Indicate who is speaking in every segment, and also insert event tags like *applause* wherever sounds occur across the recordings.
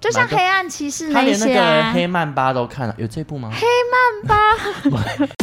Speaker 1: 就像黑暗骑士
Speaker 2: 他
Speaker 1: 一
Speaker 2: 连那
Speaker 1: 些啊
Speaker 2: 个，黑曼巴都看了，有这部吗？
Speaker 1: 黑曼巴，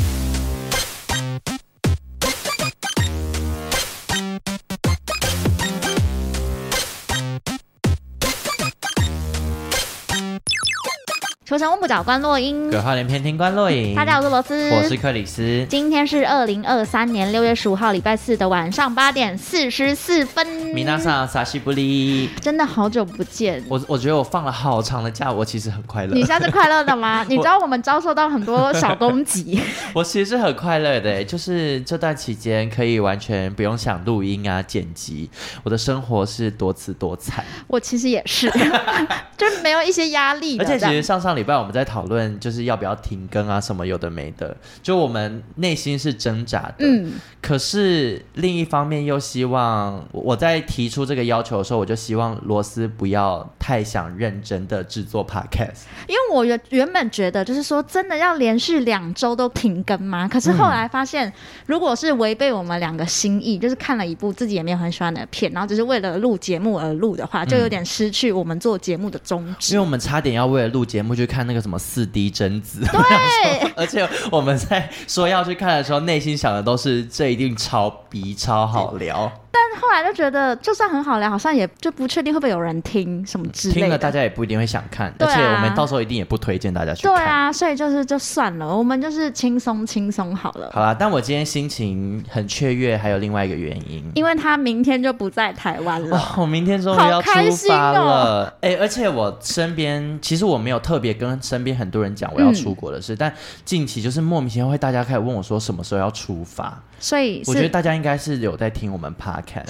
Speaker 1: 求神问不找关洛英
Speaker 2: 鬼，话连篇，听官落影。
Speaker 1: 大家好，我是嗯罗斯，
Speaker 2: 我是克里斯。
Speaker 1: 今天是二零二三年六月十五号礼拜四的晚上八点四十四分。
Speaker 2: 米娜桑萨西布利，
Speaker 1: 真的好久不见，
Speaker 2: 我我觉得我放了好长的假，我其实很快乐
Speaker 1: 你。现在是快乐的
Speaker 2: *laughs*
Speaker 1: 吗？你知道我们遭受到很多小攻击，
Speaker 2: 我其实是很快乐的，就是这段期间可以完全不用想录音啊、剪辑，我的生活是多姿多彩。 *laughs*
Speaker 1: 我其实也是， *laughs* 就没有一些压力的
Speaker 2: 而
Speaker 1: 这
Speaker 2: 且
Speaker 1: 样。
Speaker 2: 其实上上礼拜我们在讨论，就是要不要停更啊，什么有的没的，就我们内心是挣扎的。
Speaker 1: 嗯，
Speaker 2: 可是另一方面又希望我我在提出这个要求的时候，我就希望罗斯不要太想认真的制作 podcast。
Speaker 1: 因为我原原本觉得就是说，真的要连续两周都停更吗？可是后来发现，如果是违背我们两个心意，就是看了一部自己也没有很喜欢的片，然后只是为了录节目而录的话，就有点失去我们做节目的宗旨。
Speaker 2: 嗯因为我们差点要为了录节目去看那个什么四 D 贞子，
Speaker 1: 对，
Speaker 2: *laughs* 而且我们在说要去看的时候，内心想的都是这一定超逼超好聊，
Speaker 1: 但后来就觉得，就算很好聊，好像也就不确定会不会有人听什么之类
Speaker 2: 听了
Speaker 1: 的。
Speaker 2: 大家也不一定会想看，
Speaker 1: 对
Speaker 2: 而
Speaker 1: 啊
Speaker 2: 且我们到时候一定也不推荐大家去
Speaker 1: 对
Speaker 2: 看。
Speaker 1: 啊，所以就是就算了，我们就是轻松轻松好了。
Speaker 2: 好啦，但我今天心情很雀跃，还有另外一个原
Speaker 1: *laughs*
Speaker 2: 因。
Speaker 1: 因为他明天就不在台湾了，
Speaker 2: 嗯哇，我明天终于要
Speaker 1: 好
Speaker 2: 出
Speaker 1: 开心
Speaker 2: 发
Speaker 1: 哦
Speaker 2: 了！哎、而且我身边其实我没有特别跟身边很多人讲我要出国的
Speaker 1: 嗯
Speaker 2: 事，但近期就是莫名其妙会大家开始问我说什么时候要出发。
Speaker 1: 所以
Speaker 2: 我觉得
Speaker 1: 是
Speaker 2: 大家应该是有在听我们 podcast，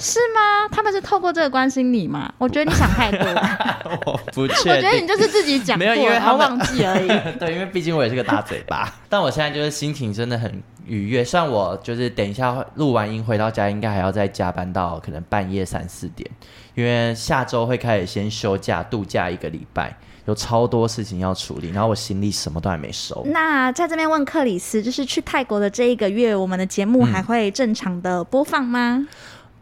Speaker 1: *laughs* 是吗？他们是透过这个关心你吗？我觉得你想太多了。
Speaker 2: 我不
Speaker 1: 我
Speaker 2: 确
Speaker 1: 觉得
Speaker 2: 定
Speaker 1: 你。就是自己讲
Speaker 2: 没
Speaker 1: 过，
Speaker 2: 有因为
Speaker 1: 然后
Speaker 2: 他们
Speaker 1: 忘记而已。
Speaker 2: *laughs* 对，因为毕竟我也是个大嘴
Speaker 1: *laughs*
Speaker 2: 巴，但我现在就是心情真的很愉悦。虽然我就是等一下录完音回到家，应该还要再加班到可能半夜三四点，因为下周会开始先休假度假一个礼拜，有超多事情要处理，然后我行李什么都还没收。
Speaker 1: 那在这边问克里斯，就是去泰国的这一个月，我们的节目还会正常的播放吗？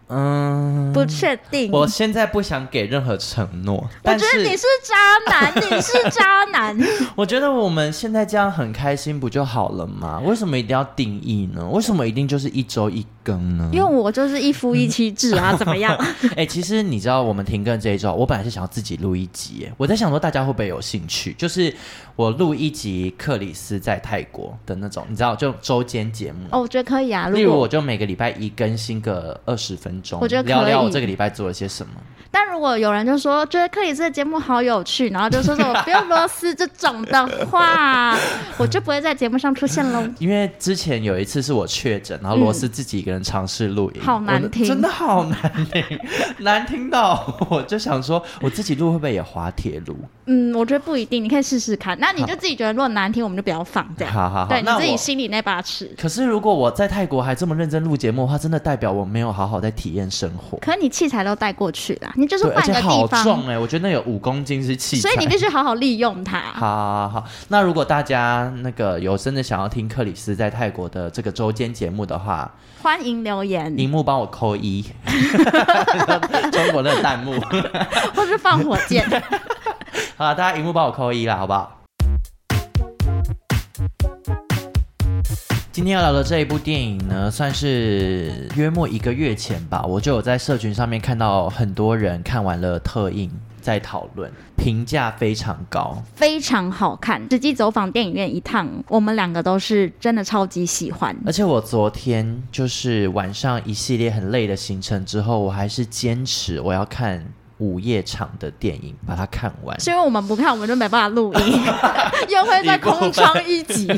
Speaker 2: 嗯，
Speaker 1: 不确定。
Speaker 2: 我现在不想给任何承诺，
Speaker 1: 我
Speaker 2: 但
Speaker 1: 觉得你
Speaker 2: 是
Speaker 1: 是渣男，你是渣
Speaker 2: *laughs*
Speaker 1: 男。
Speaker 2: 我觉得我们现在这样很开心不就好了吗？为什么一定要定义呢？为什么一定就是一周一更呢？
Speaker 1: 因为我就是一夫一妻制啊，怎么
Speaker 2: *laughs*
Speaker 1: 样？
Speaker 2: 哎、其实你知道我们停更这一周，我本来是想要自己录一集耶，我在想说大家会不会有兴趣，就是我录一集克里斯在泰国的那种，你知道，就周间节目。
Speaker 1: 哦，我觉得可以啊。
Speaker 2: 例
Speaker 1: 如
Speaker 2: 如，
Speaker 1: 果
Speaker 2: 我就每个礼拜一更新个二十分钟，
Speaker 1: 我觉得可以
Speaker 2: 聊聊我这个礼拜做了些什么。
Speaker 1: 但如果有人就说觉得克里斯的节目好有趣，然后就说什么不用螺丝这种的话，我就不会在节目上出现喽。
Speaker 2: 因为之前有一次是我确诊，然后罗斯自己一个人尝试录音，
Speaker 1: 嗯好
Speaker 2: 我
Speaker 1: 难听
Speaker 2: 真的好难听， *laughs* 难听到我就想说，我自己录会不会也滑铁卢？
Speaker 1: 嗯，我觉得不一定，你可以试试看。那你就自己觉得如果难听，我们就不要放这样。
Speaker 2: 好好好，
Speaker 1: 对，你
Speaker 2: 那
Speaker 1: 自己
Speaker 2: 我
Speaker 1: 心里那把尺。
Speaker 2: 可是如果我在泰国还这么认真录节目的话，真的代表我没有好好在体验生活。
Speaker 1: 可你器材都带过去了，你就是
Speaker 2: 对，而
Speaker 1: 换一
Speaker 2: 且
Speaker 1: 个
Speaker 2: 好
Speaker 1: 地方，嗯
Speaker 2: 重哎、我觉得那有五公斤是器材。
Speaker 1: 所以你必须好好利用它。
Speaker 2: 好好好，那如果大家那个有真的想要听克里斯在泰国的这个周间节目的话，
Speaker 1: 欢迎留言，
Speaker 2: 荧幕帮我扣一， *laughs* 中国那个弹幕，
Speaker 1: 或是放火
Speaker 2: *laughs*
Speaker 1: 箭。
Speaker 2: 好，大家荧幕帮我扣一啦，好不好？今天要聊的这一部电影呢，算是约莫一个月前吧，我就有在社群上面看到很多人看完了特映，在讨论，评价非常高。
Speaker 1: 非常好看。实际走访电影院一趟，我们两个都是真的超级喜欢。
Speaker 2: 而且我昨天就是晚上一系列很累的行程之后，我还是坚持我要看午夜场的电影，把它看完。
Speaker 1: 是因为我们不看，我们就没办法录
Speaker 2: *laughs*
Speaker 1: 音，又会在空窗一集。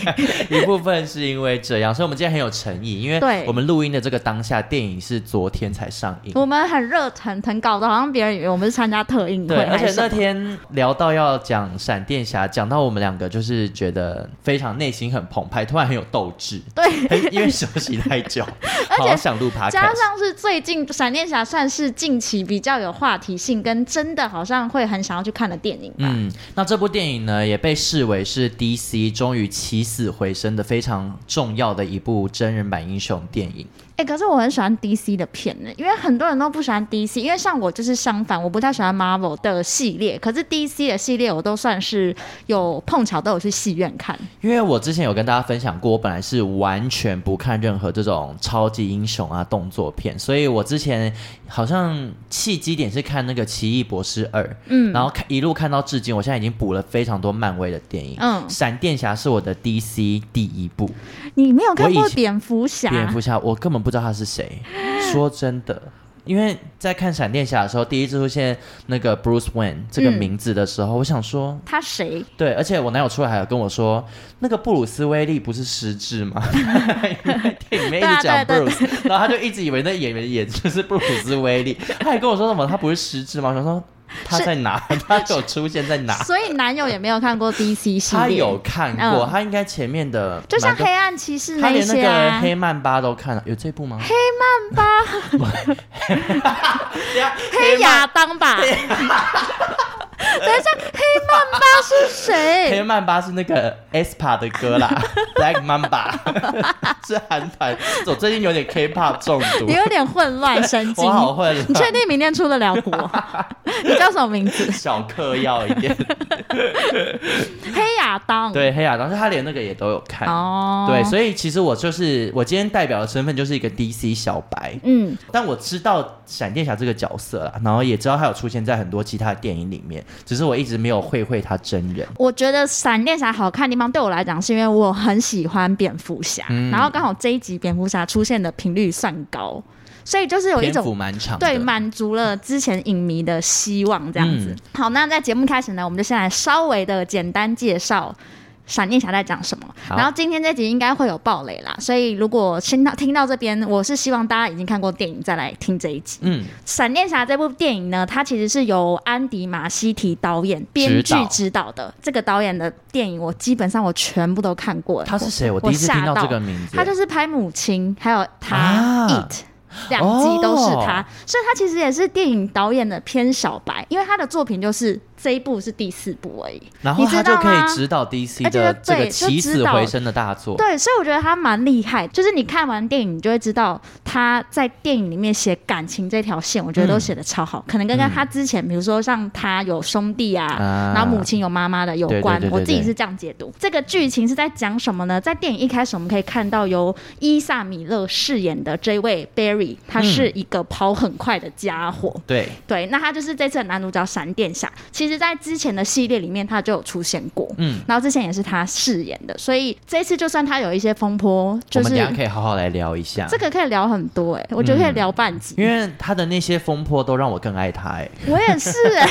Speaker 2: 一部分是因为这样，所以我们今天很有诚意，因为
Speaker 1: 对
Speaker 2: 我们录音的这个当下，电影是昨天才上映。
Speaker 1: 我们很热腾腾，搞得好像别人以为我们是参加特映会
Speaker 2: 对，而
Speaker 1: 还
Speaker 2: 且
Speaker 1: 是什么。
Speaker 2: 那天聊到要讲闪电侠，讲到我们两个就是觉得非常内心很澎湃，突然很有斗志，
Speaker 1: 对，
Speaker 2: 很因为休息太
Speaker 1: *laughs*
Speaker 2: 久，好想录 podcast。
Speaker 1: 加上是最近闪电侠算是近期比较有话题性，跟真的好像会很想要去看的电影吧。
Speaker 2: 嗯，那这部电影呢，也被视为是 DC 终于起死回生的非常重要的一部真人版英雄电影。
Speaker 1: 哎、可是我很喜欢 DC 的片呢，因为很多人都不喜欢 DC，因为像我就是相反，我不太喜欢 Marvel 的系列，可是 DC 的系列我都算是有碰巧都有去戏院看。
Speaker 2: 因为我之前有跟大家分享过，我本来是完全不看任何这种超级英雄啊动作片，所以我之前好像契机点是看那个《奇异博士二》，嗯，然后看一路看到至今，我现在已经补了非常多漫威的电影，
Speaker 1: 嗯
Speaker 2: 闪电侠是我的 DC 第一部，
Speaker 1: 你没有看
Speaker 2: 嗯我
Speaker 1: 过
Speaker 2: 以前
Speaker 1: 蝙蝠侠？
Speaker 2: 蝙蝠侠我根本不知道他是谁，说真的。因为在看闪电侠的时候，第一次出现那个 Bruce Wayne 这个
Speaker 1: 嗯
Speaker 2: 名字的时候，我想说
Speaker 1: 他谁？
Speaker 2: 对，而且我男友出来还有跟我说，那个布鲁斯威利不是失智吗？ *laughs* 因为电影里面一直讲
Speaker 1: 对啊
Speaker 2: 布
Speaker 1: 对啊
Speaker 2: 鲁斯，然后他就一直以为那演员演就是布鲁斯威
Speaker 1: *laughs*
Speaker 2: 利，他还跟我说什么他不是失智吗？我想说他
Speaker 1: 是
Speaker 2: 在哪？他有出现在哪？
Speaker 1: 所以男友也没有看过 DC 系
Speaker 2: 啊他
Speaker 1: 列，
Speaker 2: 有看过，
Speaker 1: 嗯
Speaker 2: 他应该前面的
Speaker 1: 就像
Speaker 2: 蛮多
Speaker 1: 黑暗骑士那
Speaker 2: 他连那
Speaker 1: 些
Speaker 2: 个
Speaker 1: 啊。
Speaker 2: 黑曼巴都看了，有这部吗？黑 *laughs*
Speaker 1: *laughs*
Speaker 2: 曼巴，
Speaker 1: 黑亚当吧，等一 *laughs* 下，黑曼巴是
Speaker 2: 黑
Speaker 1: 谁？
Speaker 2: 曼巴是那个 aespa 的歌啦，Black Mamba 是韩团。我最近有点 K-pop 中毒
Speaker 1: 你，有点混乱，神经
Speaker 2: 我。好混
Speaker 1: 你确
Speaker 2: 乱，
Speaker 1: 定明天出得了国？
Speaker 2: *laughs*
Speaker 1: 你叫什么名字？
Speaker 2: 小嗑药一点。
Speaker 1: 黑亚当。
Speaker 2: 对，黑亚当，他连那个也都有看。
Speaker 1: 哦，
Speaker 2: 对，所以其实我就是我今天代表的身份就是一个 DC 小白，
Speaker 1: 嗯，
Speaker 2: 但我知道闪电侠这个角色啦，然后也知道他有出现在很多其他的电影里面，只是我一直没有会会他真人。
Speaker 1: 我觉得闪电侠好看的地方对我来讲，是因为我很喜欢蝙蝠侠，
Speaker 2: 嗯
Speaker 1: 然后刚好这一集蝙蝠侠出现的频率算高，所以就是有一
Speaker 2: 篇
Speaker 1: 种
Speaker 2: 幅蛮长的，
Speaker 1: 对，满足了之前影迷的希望，这样子。
Speaker 2: 嗯
Speaker 1: 好，那在节目开始呢，我们就先来稍微的简单介绍。闪电侠在讲什么？
Speaker 2: 好
Speaker 1: 然后今天这集应该会有暴雷啦，所以如果听到听到这边，我是希望大家已经看过电影再来听这一集。
Speaker 2: 嗯，
Speaker 1: 闪电侠这部电影呢，它其实是由安迪马西提导演、编剧指导的。这个导演的电影，我基本上我全部都看过了。
Speaker 2: 他是谁？我
Speaker 1: 我
Speaker 2: 第一次听到
Speaker 1: 吓到
Speaker 2: 这个名字，
Speaker 1: 他就是拍《母亲》，还有他《
Speaker 2: 啊哦
Speaker 1: It》。两集都是他，所以他其实也是电影导演的偏小白，因为他的作品就是这一部是第四部而已。
Speaker 2: 然后
Speaker 1: 你
Speaker 2: 他
Speaker 1: 知
Speaker 2: 就
Speaker 1: 道
Speaker 2: 可以
Speaker 1: 吗？
Speaker 2: 指导 DC
Speaker 1: 而且
Speaker 2: 的
Speaker 1: 就
Speaker 2: 这个
Speaker 1: 对就
Speaker 2: 起
Speaker 1: 知
Speaker 2: 死
Speaker 1: 道
Speaker 2: 回生的大作。
Speaker 1: 对，所以我觉得他蛮厉害，就是你看完电影，你就会知道他在电影里面写感情这条线，我觉得
Speaker 2: 嗯
Speaker 1: 都写的超好。可能跟跟他之前，比如说像他有兄弟啊，
Speaker 2: 啊
Speaker 1: 然后母亲有妈妈的有
Speaker 2: 对对
Speaker 1: 关，
Speaker 2: 对对
Speaker 1: 我自己
Speaker 2: 对
Speaker 1: 是这样解读。这个剧情是在讲什么呢？在电影一开始，我们可以看到由伊萨米勒饰演的这位 Barry，他
Speaker 2: 嗯
Speaker 1: 是一个跑很快的家伙。
Speaker 2: 对，
Speaker 1: 对，那他就是这次的男主角闪电侠。其实，在之前的系列里面，他就有出现过，
Speaker 2: 嗯
Speaker 1: 嗯，然后之前也是他饰演的，所以这次就算他有一些风波，就
Speaker 2: 我们等啊一下
Speaker 1: 是
Speaker 2: 可以好好来聊一下
Speaker 1: 这个可以聊很多哎、我觉得可以聊半集。
Speaker 2: 因为他的那些风波都让我更爱他、欸， *laughs*
Speaker 1: 我也是、欸，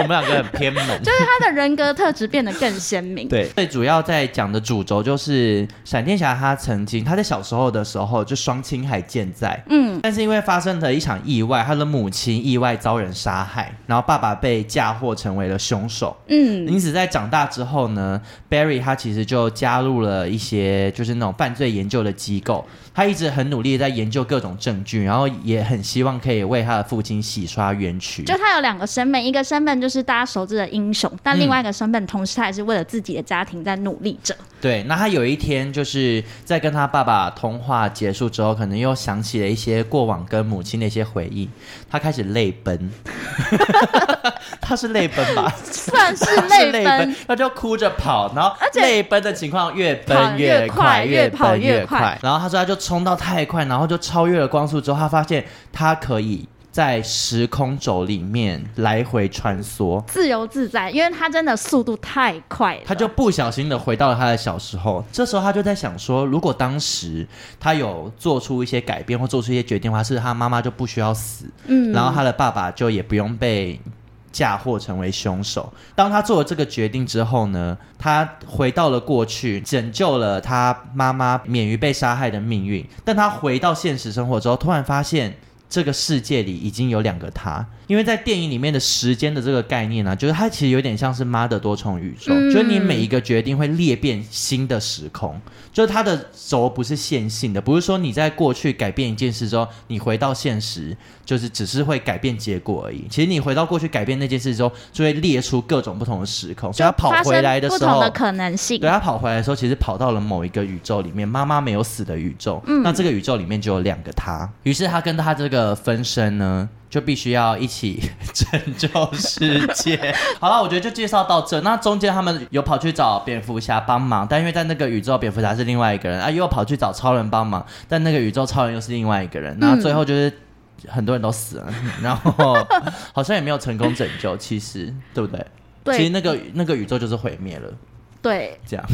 Speaker 2: 我们两个很偏门。
Speaker 1: *laughs* 就是他的人格特质变得更鲜明。
Speaker 2: *laughs* 对，最主要在讲的主轴就是闪电侠，他曾经他在小时候的时候就双亲还健在，嗯，但是因为发生了一场意外，他的母亲意外遭人杀害，然后爸爸被嫁祸成为了凶手，
Speaker 1: 嗯，
Speaker 2: 因此在长大之后呢，Barry 他其实就加入了一些就是那种犯罪研究的机构，他一直很努力地在研究各种证据，然后也很希望可以为他的父亲洗刷冤屈。
Speaker 1: 就他有两个身份，一个身份就是大家熟知的英雄，
Speaker 2: 嗯
Speaker 1: 但另外一个身份，同时他也是为了自己的家庭在努力
Speaker 2: *laughs*
Speaker 1: 着。
Speaker 2: 对，那他有一天就是在跟他爸爸通话结束之后，可能又想起了一些过往跟母亲的一些回忆，他开始泪
Speaker 1: *laughs*
Speaker 2: 奔，他是泪奔吧？
Speaker 1: 算是
Speaker 2: 他是
Speaker 1: 泪
Speaker 2: 泪
Speaker 1: 奔
Speaker 2: 奔，，他就哭着跑，然后
Speaker 1: 而且
Speaker 2: 泪奔的情况越奔
Speaker 1: 跑越
Speaker 2: 快，
Speaker 1: 快越跑
Speaker 2: 奔
Speaker 1: 越
Speaker 2: 越
Speaker 1: 快。
Speaker 2: 然后他说他就冲到太快，然后就超越了光速之后，他发现他可以在时空轴里面来回穿梭。
Speaker 1: 自由自在，因为他真的速度太快了，
Speaker 2: 他就不小心的回到了他的小时候。这时候他就在想说，如果当时他有做出一些改变或做出一些决定的话，是不是他妈妈就不需要死，嗯，然后他的爸爸就也不用被。嫁祸成为凶手。当他做了这个决定之后呢，他回到了过去，拯救了他妈妈免于被杀害的命运。但他回到现实生活之后，突然发现这个世界里已经有两个他，因为在电影里面的时间的这个概念呢、啊，就是它其实有点像是妈的多重宇宙，
Speaker 1: 嗯
Speaker 2: 就是你每一个决定会裂变新的时空，就是它的轴不是线性的，不是说你在过去改变一件事之后，你回到现实就是只是会改变结果而已。其实你回到过去改变那件事之后，就会列出各种不同的时空，所以它跑
Speaker 1: 发
Speaker 2: 回来
Speaker 1: 生
Speaker 2: 的
Speaker 1: 不
Speaker 2: 时
Speaker 1: 同
Speaker 2: 候，
Speaker 1: 的可能性
Speaker 2: 对，他啊跑回来的时候，其实跑到了某一个宇宙里面，妈妈没有死的宇宙。那这个宇宙里面就有两个他，于是他跟他这个分身呢，就必须要一起拯救世界。好了，我觉得就介绍到这。那中间他们有跑去找蝙蝠侠帮忙，但因为在那个宇宙，蝙蝠侠是另外一个人啊，又跑去找超人帮忙，但那个宇宙超人又是另外一个人。那最后就是。很多人都死了，然后好像也没有成功拯救，其实对不对？
Speaker 1: 对
Speaker 2: 其实那个那个宇宙就是毁灭了， *laughs*
Speaker 1: 对，
Speaker 2: 这样。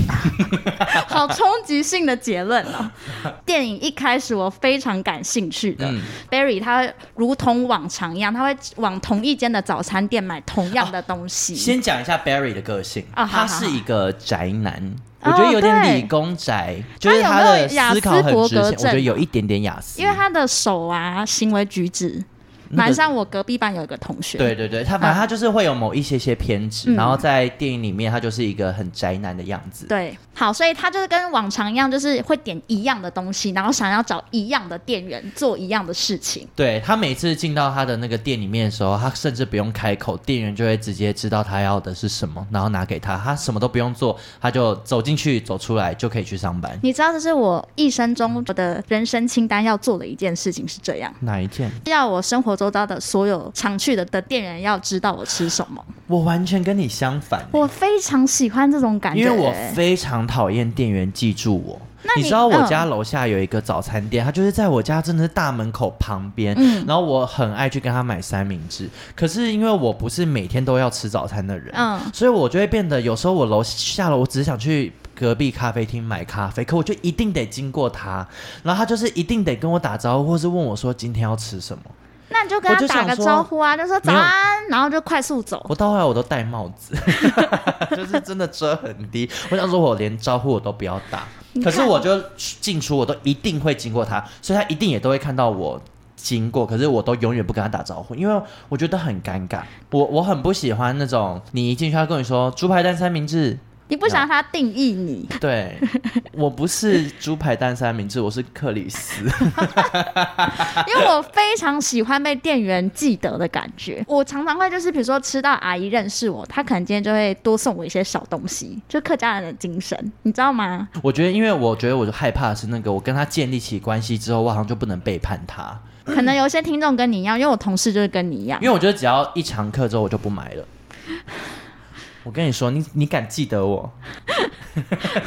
Speaker 1: 好冲击性的结论哦。电影一开始我非常感兴趣的、
Speaker 2: 嗯
Speaker 1: Barry，他如同往常一样，他会往同一间的早餐店买同样的东西。
Speaker 2: 啊先讲一下 Barry 的个性，
Speaker 1: 啊好
Speaker 2: 他是一个宅男。我觉得有
Speaker 1: 哦
Speaker 2: 点
Speaker 1: 对
Speaker 2: 理工宅，就是的
Speaker 1: 他有没
Speaker 2: 思考很直
Speaker 1: 有雅思伯格
Speaker 2: 线，我
Speaker 1: 症啊
Speaker 2: 觉得有一点点雅思，
Speaker 1: 因为他的手啊，行为举止，
Speaker 2: 那个
Speaker 1: 蛮像我隔壁班有一个同学。
Speaker 2: 嗯对对对，他反正他就是会有某一些些偏执，
Speaker 1: 嗯
Speaker 2: 然后在电影里面他就是一个很宅男的样子，
Speaker 1: 对，好，所以他就是跟往常一样，就是会点一样的东西，然后想要找一样的店员做一样的事情。
Speaker 2: 对他每次进到他的那个店里面的时候，他甚至不用开口，店员就会直接知道他要的是什么，然后拿给他，他什么都不用做，他就走进去走出来就可以去上班。
Speaker 1: 你知道，这是我一生中我的人生清单要做的一件事情是这样。
Speaker 2: 哪一件？
Speaker 1: 要我生活周遭的所有常去的的店员要知道我吃什么，
Speaker 2: 我完全跟你相反欸、
Speaker 1: 我非常喜欢这种感觉、
Speaker 2: 因为我非常讨厌店员记住我。
Speaker 1: 那
Speaker 2: 你
Speaker 1: 你
Speaker 2: 知道我家楼下有一个早餐店，它就是在我家真的是大门口旁边，
Speaker 1: 嗯
Speaker 2: 然后我很爱去跟他买三明治。可是因为我不是每天都要吃早餐的人，
Speaker 1: 嗯
Speaker 2: 所以我就会变得有时候我楼下楼，我只是想去隔壁咖啡厅买咖啡，可我就一定得经过他，然后他就是一定得跟我打招呼，或是问我说今天要吃什么。
Speaker 1: 那你就跟
Speaker 2: 我就
Speaker 1: 他打
Speaker 2: 想
Speaker 1: 个
Speaker 2: 说
Speaker 1: 招呼啊，就说早
Speaker 2: 没有
Speaker 1: 安，然后就快速走。
Speaker 2: 我到后来我都戴帽子， *laughs* 就是真的遮很低。我想说，我连招呼我都不要打，
Speaker 1: 你
Speaker 2: 可
Speaker 1: 看
Speaker 2: 是我就进出我都一定会经过他，所以他一定也都会看到我。经过，可是我都永远不跟他打招呼，因为我觉得很尴尬。我我很不喜欢那种你一进去他跟你说猪排蛋三明治，
Speaker 1: 你不想让他定义你，
Speaker 2: 对我不是猪排蛋三明治，我是克里斯。
Speaker 1: 因为我非常喜欢被店员记得的感觉。我常常会就是比如说吃到阿姨认识我，她可能今天就会多送我一些小东西，就客家人的精神，你知道吗？
Speaker 2: 我觉得，因为我觉得我就害怕的是那个，我跟他建立起关系之后，我好像就不能背叛他，
Speaker 1: 可能有些听众跟你一样，因为我同事就是跟你一样
Speaker 2: 因。为我觉得只要一堂课之后，我就不买了。我跟你说，你你敢记得我？
Speaker 1: *laughs*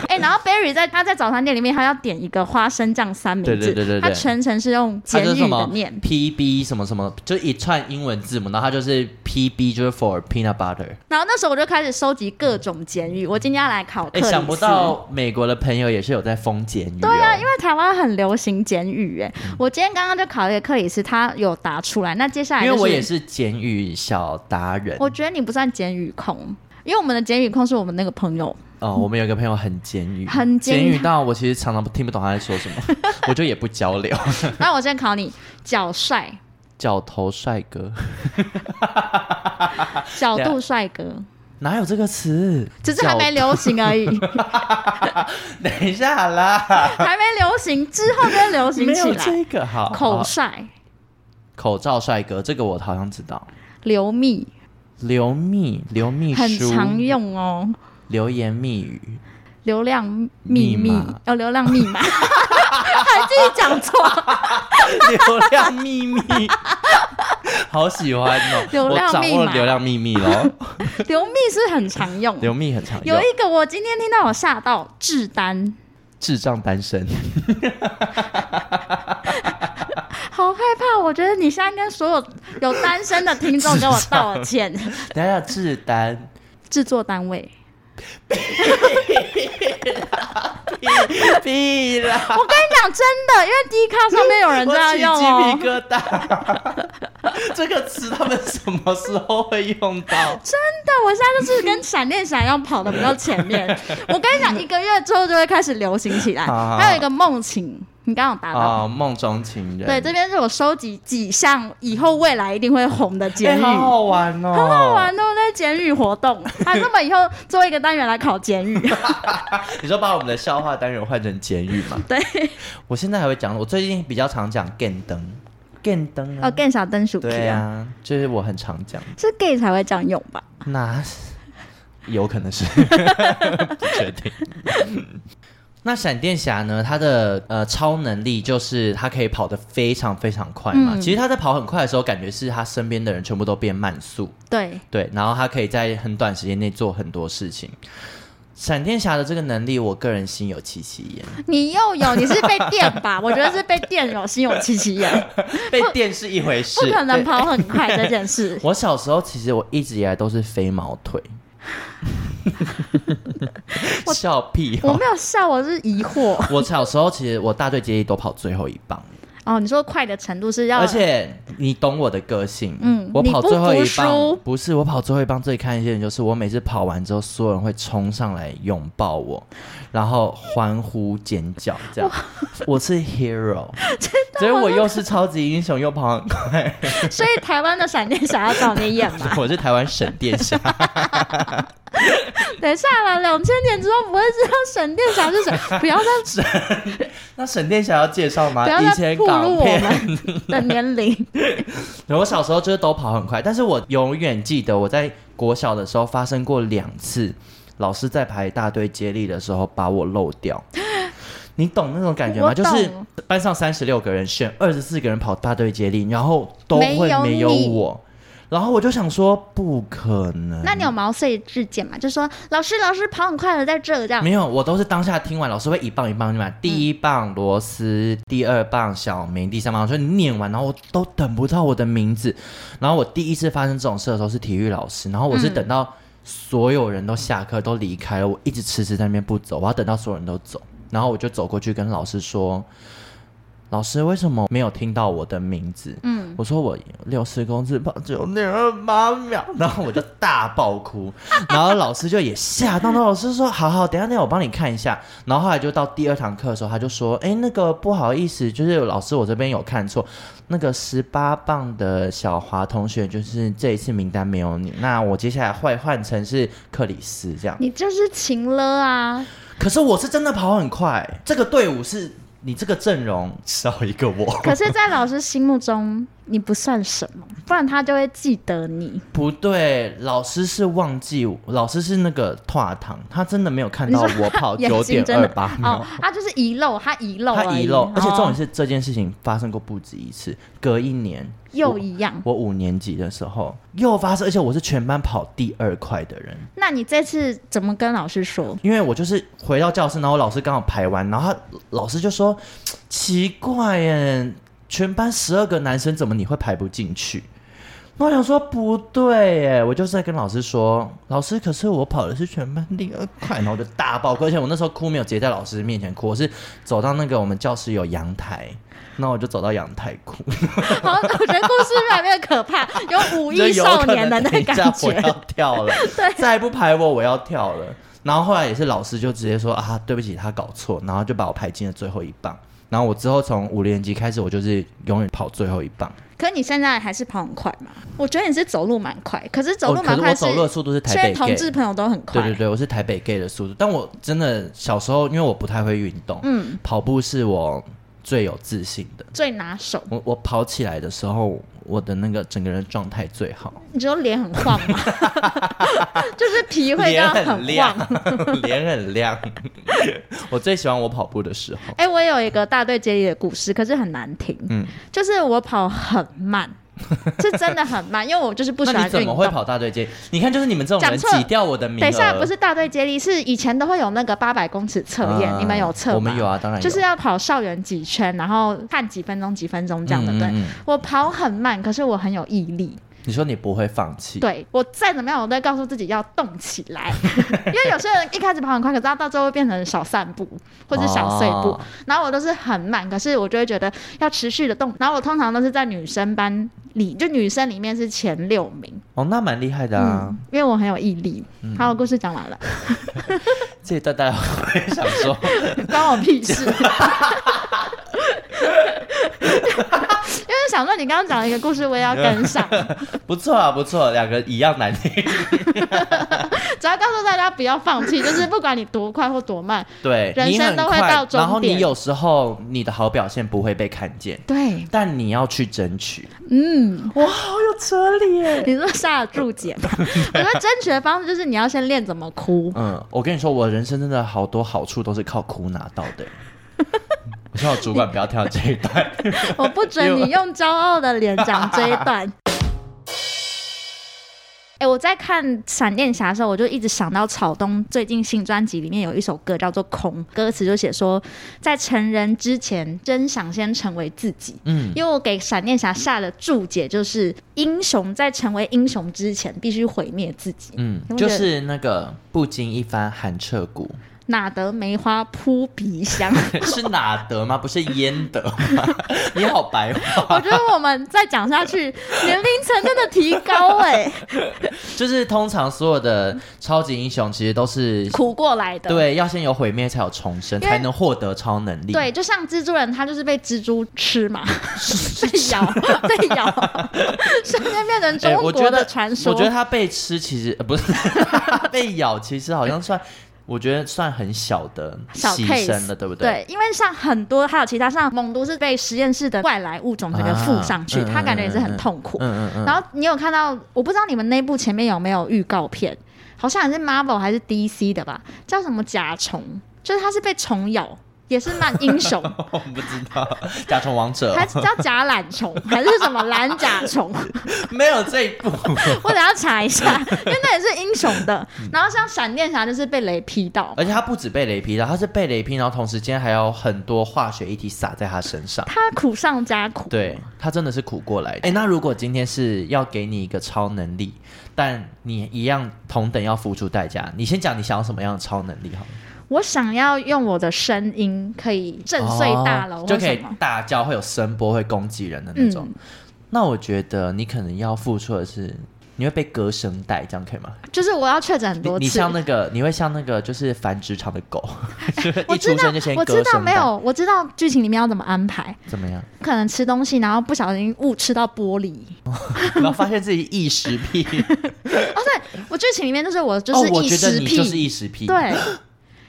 Speaker 1: 哎、然后 Barry 在他在早餐店里面，他要点一个花生酱三明治，
Speaker 2: 对对对对对
Speaker 1: 他全程是用
Speaker 2: 它
Speaker 1: 简
Speaker 2: 就
Speaker 1: 语
Speaker 2: 是什
Speaker 1: 的
Speaker 2: 么
Speaker 1: 念。
Speaker 2: PB 什么什么，就一串英文字母，然后它就是 PB 就是 for peanut butter。
Speaker 1: 然后那时候我就开始收集各种监狱，我今天要来考克
Speaker 2: 哎，
Speaker 1: 里斯。
Speaker 2: 想不到美国的朋友也是有在封监狱、哦。
Speaker 1: 对啊，因为台湾很流行监狱哎，
Speaker 2: 嗯
Speaker 1: 我今天刚刚就考了一个克里斯，他有答出来。那接下来、
Speaker 2: 因
Speaker 1: 就是、
Speaker 2: 为我也，是监狱小达人。
Speaker 1: 我觉得你不算监狱控，因为我们的监狱控是我们那个朋
Speaker 2: *laughs*
Speaker 1: 友，
Speaker 2: 哦，我们有一个朋友很监狱，
Speaker 1: 很监
Speaker 2: 监
Speaker 1: 狱
Speaker 2: 狱到我其实常常听不懂他在说什么，
Speaker 1: *laughs*
Speaker 2: 我就也不交流。
Speaker 1: 那我现在考你，脚帅、
Speaker 2: 角头帅哥
Speaker 1: 角度帅哥，
Speaker 2: 哪有这个词？
Speaker 1: 只是还没
Speaker 2: 角。
Speaker 1: 流行而
Speaker 2: *laughs*
Speaker 1: 已，
Speaker 2: 等一下啦，
Speaker 1: 还没流行，之后就会流行
Speaker 2: 没
Speaker 1: 起
Speaker 2: 有
Speaker 1: 来。
Speaker 2: 这个好。好
Speaker 1: 口帅、
Speaker 2: 口罩帅哥，这个我好像知道。
Speaker 1: 流蜜
Speaker 2: 流蜜，流蜜
Speaker 1: 很
Speaker 2: 书，
Speaker 1: 常用哦，
Speaker 2: 流言蜜语， *laughs*
Speaker 1: 流量秘
Speaker 2: 密
Speaker 1: 密
Speaker 2: 码
Speaker 1: 哦，流量密
Speaker 2: *laughs*
Speaker 1: 码，还继续讲错。 *laughs*
Speaker 2: 流量秘密，好喜欢哦！
Speaker 1: 流
Speaker 2: 我
Speaker 1: 量
Speaker 2: 掌
Speaker 1: 密
Speaker 2: 握了
Speaker 1: 码
Speaker 2: 流量秘密喽。
Speaker 1: 流蜜是很常用，
Speaker 2: *laughs* 流蜜很常
Speaker 1: 有
Speaker 2: 用，
Speaker 1: 一个我今天听到我吓到，智丹，
Speaker 2: 智障单身， *laughs*
Speaker 1: 好害怕。我觉得你现在跟所有有单身的听众给我道
Speaker 2: *laughs*
Speaker 1: 歉。
Speaker 2: 等一下智
Speaker 1: *laughs*
Speaker 2: 单，
Speaker 1: 制作单位，
Speaker 2: 屁啦！
Speaker 1: 我跟你讲真的，因为 D 卡上面有人这
Speaker 2: *laughs* 我
Speaker 1: 样
Speaker 2: 起
Speaker 1: 用
Speaker 2: 鸡皮
Speaker 1: 哦。
Speaker 2: 疙瘩。 *laughs* 这个词他们什么时候会用
Speaker 1: *laughs*
Speaker 2: 到？
Speaker 1: 真的，我现在就是跟闪电侠一样跑的
Speaker 2: *laughs*
Speaker 1: 比较前面。我跟你讲，一个月之后就会开始流行起来。
Speaker 2: 好好好
Speaker 1: 还有一个梦情，你刚刚有答到。
Speaker 2: 哦，梦中情人，
Speaker 1: 对，这边是我收集几项以后未来一定会红的监
Speaker 2: 哎
Speaker 1: 狱，
Speaker 2: 好好玩哦，
Speaker 1: 很好玩哦，那监狱活动。还是我们以后做一个单元来考监
Speaker 2: *laughs*
Speaker 1: 狱，
Speaker 2: 你说把我们的笑话单元换成监狱嘛？
Speaker 1: 对，
Speaker 2: 我现在还会讲，我最近比较常讲 gay 灯，gay 灯啊
Speaker 1: 哦，更小灯鼠皮
Speaker 2: 对，啊，就是我很常讲，
Speaker 1: 是 gay 才会这样用吧？
Speaker 2: 那是 *laughs* 有可能 *laughs* 是不确定。 *laughs* 那闪电侠呢？他的呃超能力就是他可以跑得非常非常快嘛。
Speaker 1: 嗯
Speaker 2: 其实他在跑很快的时候，感觉是他身边的人全部都变慢速，
Speaker 1: 对，
Speaker 2: 对，然后他可以在很短时间内做很多事情。闪电侠的这个能力，我个人心有戚戚
Speaker 1: *laughs*
Speaker 2: 焉。
Speaker 1: 你又有，你是被电
Speaker 2: *laughs*
Speaker 1: 吧？我觉得是被电有心有戚戚焉，
Speaker 2: 被电是一回事，
Speaker 1: 不可能
Speaker 2: 对。
Speaker 1: 跑很快这件事
Speaker 2: *laughs* 我小时候其实我一直以来都是飞毛
Speaker 1: *laughs*
Speaker 2: 腿， *laughs* 笑屁、
Speaker 1: 我
Speaker 2: 哦！
Speaker 1: 没有笑，我是疑惑。
Speaker 2: 我小时候其实我大队接力都跑最后一棒，
Speaker 1: 哦，你说快的程度是要，
Speaker 2: 而且你懂我的个性，
Speaker 1: 啊嗯
Speaker 2: 我跑最后
Speaker 1: 你不服
Speaker 2: 一
Speaker 1: 输
Speaker 2: 棒不是我跑最后一棒最看一些人，就是我每次跑完之后，所有人会冲上来拥抱我，然后欢呼尖叫这样，我是
Speaker 1: *laughs*
Speaker 2: hero，所以我又是超级英雄，又跑 *laughs* 很快。
Speaker 1: 所以台湾的闪电侠要找你演
Speaker 2: *laughs*
Speaker 1: 嘛？
Speaker 2: 我是台湾省电
Speaker 1: *laughs*
Speaker 2: 侠，
Speaker 1: 等一下啦，两千年之后不会知道闪电侠是
Speaker 2: *laughs*
Speaker 1: 谁，不要再
Speaker 2: 那省电侠要介绍吗？
Speaker 1: 不要
Speaker 2: 啊以
Speaker 1: 再
Speaker 2: 前
Speaker 1: 暴露
Speaker 2: 港
Speaker 1: 我
Speaker 2: 片，
Speaker 1: 们的年
Speaker 2: *laughs*
Speaker 1: 龄。
Speaker 2: 我小时候就是都跑很快，但是我永远记得我在国小的时候发生过两次，老师在排大队接力的时候把我漏
Speaker 1: *gasps*
Speaker 2: 掉。你懂那种感觉
Speaker 1: 我
Speaker 2: 吗？就
Speaker 1: 懂
Speaker 2: 是班上三十六个人选二十四个人跑大队接力，然后都
Speaker 1: 没有
Speaker 2: 会没有
Speaker 1: 你
Speaker 2: 我，然后我就想说不可能。
Speaker 1: 那你有毛遂自荐嘛？就说老师，老师跑很快的在这这样。嗯
Speaker 2: 没有，我都是当下听完，老师会一棒一棒念，第一棒罗斯，第二棒小明，第三棒，所以念完，然后我都等不到我的名字。然后我第一次发生这种事的时候是体育老师，然后我是等到所有人都下课都离开了，我一直迟迟在那边不走，我要等到所有人都走，然后我就走过去跟老师说。老师为什么没有听到我的名字？
Speaker 1: 嗯，
Speaker 2: 我说我六十公尺跑九点二八秒，然后我就大爆哭， *laughs* 然后老师就也吓到，那老师说好好，等一下等一下我帮你看一下，然后后来就到第二堂课的时候，他就说，哎，那个不好意思，就是老师我这边有看错，那个十八磅的小华同学就是这一次名单没有你，那我接下来会换成是克里斯这样，
Speaker 1: 你就是情了
Speaker 2: *laughs*
Speaker 1: 啊！
Speaker 2: 可是我是真的跑很快，这个队伍是你这个阵容少一个我。
Speaker 1: 可是，在老师心目中，你不算什么，不然他就会记得你。
Speaker 2: 不对，老师是忘记我，老师是那个跨堂，他真的没有看到我
Speaker 1: *laughs*
Speaker 2: 跑
Speaker 1: 眼
Speaker 2: 哦九
Speaker 1: 睛
Speaker 2: 点
Speaker 1: 真
Speaker 2: 二
Speaker 1: 的
Speaker 2: 八
Speaker 1: 哦
Speaker 2: 秒。，
Speaker 1: 他就是遗漏，他遗漏而已，
Speaker 2: 他遗漏，而且重点
Speaker 1: 哦
Speaker 2: 是这件事情发生过不止一次，隔一年
Speaker 1: 又一样。
Speaker 2: 我五年级的时候又发生，而且我是全班跑第二快的人，
Speaker 1: 那你这次怎么跟老师说？
Speaker 2: 因为我就是回到教室，然后老师刚好排完，然后他老师就说奇怪耶，全班十二个男生怎么你会排不进去？那我想说不对耶，我就是在跟老师说，老师，可是我跑的是全班第二快，然后我就大爆哭，而且我那时候哭没有直接在老师面前哭，我是走到那个我们教室有阳台，那我就走到阳台哭，
Speaker 1: 好，我觉得故事越来越可
Speaker 2: *laughs*
Speaker 1: 怕，有武
Speaker 2: 就
Speaker 1: 艺
Speaker 2: 有
Speaker 1: 少
Speaker 2: 可
Speaker 1: 年的
Speaker 2: 能
Speaker 1: 那
Speaker 2: 等一下
Speaker 1: 感
Speaker 2: 我要
Speaker 1: 觉。*laughs*
Speaker 2: 跳了，再不排我我要跳了。然后后来也是老师就直接说啊，对不起，他搞错，然后就把我排进了最后一棒。然后我之后从五年级开始，我就是永远跑最后一棒。
Speaker 1: 可你现在还是跑很快吗？我觉得你是走路蛮快，可是走
Speaker 2: 我
Speaker 1: 路
Speaker 2: 哦可
Speaker 1: 蛮
Speaker 2: 是
Speaker 1: 快
Speaker 2: 我
Speaker 1: 是，
Speaker 2: 走路的速度是
Speaker 1: 虽
Speaker 2: 台
Speaker 1: 然
Speaker 2: 北
Speaker 1: 同
Speaker 2: gay，
Speaker 1: 志朋友都很快，
Speaker 2: 对对对，我是台北 gay 的速度。但我真的小时候因为我不太会运动，
Speaker 1: 嗯，
Speaker 2: 跑步是我最有自信的。
Speaker 1: 最拿手。
Speaker 2: 我我跑起来的时候，我的那个整个人状态最好。
Speaker 1: 你说脸很晃
Speaker 2: *laughs*
Speaker 1: 吗？ *laughs* 就是皮会这
Speaker 2: 脸
Speaker 1: 样
Speaker 2: 很亮
Speaker 1: 晃。，
Speaker 2: *laughs* 脸很亮。我最喜欢我跑步的时候，
Speaker 1: 哎、我有一个大队接力的故事，可是很难听。
Speaker 2: 嗯
Speaker 1: 就是我跑很
Speaker 2: *laughs*
Speaker 1: 慢，是真的很慢，因为我就是不喜
Speaker 2: 那
Speaker 1: 欢
Speaker 2: 你怎
Speaker 1: 运
Speaker 2: 么会
Speaker 1: 动。
Speaker 2: 跑大队接？你看，就是你们这种
Speaker 1: 讲
Speaker 2: 人
Speaker 1: 错了
Speaker 2: 挤掉我的名额。
Speaker 1: 等一下，不是大队接力，是以前都会有那个八百公尺测验，
Speaker 2: 啊
Speaker 1: 你们有测吗？
Speaker 2: 我们有啊，当然有
Speaker 1: 就是要跑校园几圈，然后看几分钟、几分钟这样的。
Speaker 2: 嗯嗯
Speaker 1: 对、
Speaker 2: 嗯
Speaker 1: 我跑很慢，可是我很有毅力。
Speaker 2: 你说你不会放弃，，
Speaker 1: 对我再怎么样，我都会告诉自己要动起
Speaker 2: *laughs*
Speaker 1: 来，因为有些人一开始跑很快，可是他到最后会变成小散步或者小碎步，
Speaker 2: 哦
Speaker 1: 然后我都是很慢，可是我就会觉得要持续的动，然后我通常都是在女生班里，就女生里面是前六名，
Speaker 2: 哦，那蛮厉害的啊。
Speaker 1: 嗯，因为我很有毅力。
Speaker 2: 嗯
Speaker 1: 好，我故事讲完了，
Speaker 2: *laughs* 这一段大家会想说，
Speaker 1: 关我屁事。 *laughs* 因为想说你刚刚讲了一个故事，我也要跟上。
Speaker 2: 不错啊，不错，两个一样难听。
Speaker 1: 只要告诉大家不要放弃，就是不管你多快或多慢，
Speaker 2: 对，
Speaker 1: 人
Speaker 2: 你
Speaker 1: 生
Speaker 2: 很
Speaker 1: 都会
Speaker 2: 快
Speaker 1: 到终
Speaker 2: 然后你
Speaker 1: 点
Speaker 2: 有时候你的好表现不会被看见，
Speaker 1: 对，
Speaker 2: 但你要去争取。
Speaker 1: 嗯，
Speaker 2: 哇，好有哲理耶！
Speaker 1: 你说下了注解吧。我觉得争取的方式就是你要先练怎么哭，
Speaker 2: 嗯，我跟你说，我人生真的好多好处都是靠哭拿到的。 *laughs* 我希望我主管不要听到这一段。
Speaker 1: *laughs* 我不准你用骄傲的脸讲这一段。 *laughs* 哎、我在看《闪电侠》的时候，我就一直想到草东最近新专辑里面有一首歌叫做《空》，歌词就写说，在成人之前，真想先成为自己。
Speaker 2: 嗯，
Speaker 1: 因为我给闪电侠下了注解，就是英雄在成为英雄之前，必须毁灭自己。
Speaker 2: 嗯
Speaker 1: *laughs* 你，会觉
Speaker 2: 就
Speaker 1: 得
Speaker 2: 是那个不经一番寒彻骨， *laughs*
Speaker 1: 哪得梅花扑鼻香？
Speaker 2: 是哪得吗？不是焉得吗？ *laughs* 你好白话，
Speaker 1: 我觉得我们再讲下去，年龄层真的提高
Speaker 2: *laughs*
Speaker 1: 哎、
Speaker 2: 就是通常所有的超级英雄其实
Speaker 1: *laughs*
Speaker 2: 都是
Speaker 1: 苦过来的。
Speaker 2: 对，要先有毁灭才有重生，
Speaker 1: 因为
Speaker 2: 才能获得超能力。
Speaker 1: 对，，就像蜘蛛人，他就是被蜘蛛吃
Speaker 2: *laughs*
Speaker 1: 嘛，被咬，被咬，瞬间变成
Speaker 2: *laughs*
Speaker 1: 中
Speaker 2: 哎，我
Speaker 1: 国
Speaker 2: 觉
Speaker 1: 的
Speaker 2: 得
Speaker 1: 传说。
Speaker 2: 我觉得他被吃其实、 *laughs* 呃不是被咬，其实好像算，我觉得算很小的
Speaker 1: 小
Speaker 2: 牺
Speaker 1: case，
Speaker 2: 牲了，对不？
Speaker 1: 对，因为像很多还有其他像蒙都是被实验室的外来物种整个附上去，
Speaker 2: 啊嗯
Speaker 1: 他感觉也是很痛苦。
Speaker 2: 嗯嗯嗯。
Speaker 1: 然后你有看到，我不知道你们内部前面有没有预告片，好像也是 Marvel 还是 DC 的吧，叫什么甲虫，就是它是被虫咬，也是蛮英
Speaker 2: *laughs*
Speaker 1: 雄，
Speaker 2: 我不知道，甲虫王者
Speaker 1: 还是叫甲懒虫还是什么蓝甲虫，
Speaker 2: *laughs* 没有这一部，
Speaker 1: 我等下查一
Speaker 2: *laughs*
Speaker 1: 下，因为那也是英雄的。
Speaker 2: 嗯
Speaker 1: 然后像闪电侠就是被雷劈到，
Speaker 2: 而且他不止被雷劈到，他是被雷劈，然后同时间还有很多化学液体洒在他身上。
Speaker 1: 他苦上加苦。
Speaker 2: 对他真的是苦过来的。哎，那如果今天是要给你一个超能力，但你一样同等要付出代价，你先讲你想要什么样的超能力好了？
Speaker 1: 我想要用我的声音可以震碎大楼、
Speaker 2: 哦
Speaker 1: 或
Speaker 2: 就
Speaker 1: 什
Speaker 2: 可以
Speaker 1: 么
Speaker 2: 大叫，会有声波，会攻击人的那种。那我觉得你可能要付出的是，你会被割声带，这样可以吗？
Speaker 1: 就是我要确诊很
Speaker 2: 你
Speaker 1: 多
Speaker 2: 你
Speaker 1: 次。
Speaker 2: 像那个，你会像那个就是繁殖场的
Speaker 1: *laughs*
Speaker 2: 狗，就是
Speaker 1: 我
Speaker 2: 一
Speaker 1: 知
Speaker 2: 出
Speaker 1: 道
Speaker 2: 生就先，
Speaker 1: 我
Speaker 2: 割
Speaker 1: 知道
Speaker 2: 声
Speaker 1: 没
Speaker 2: 带，
Speaker 1: 有，我知道剧情里面要怎么安排。
Speaker 2: 怎么样？ *laughs*
Speaker 1: 可能吃东西，然后不小心误吃到玻璃。
Speaker 2: 然后发现自己异食癖，
Speaker 1: 哦，对，我剧情里面就是我就
Speaker 2: 哦
Speaker 1: 是，
Speaker 2: 我
Speaker 1: 异
Speaker 2: 觉得
Speaker 1: 食
Speaker 2: 你
Speaker 1: 癖，
Speaker 2: 就是异食癖，，
Speaker 1: 对，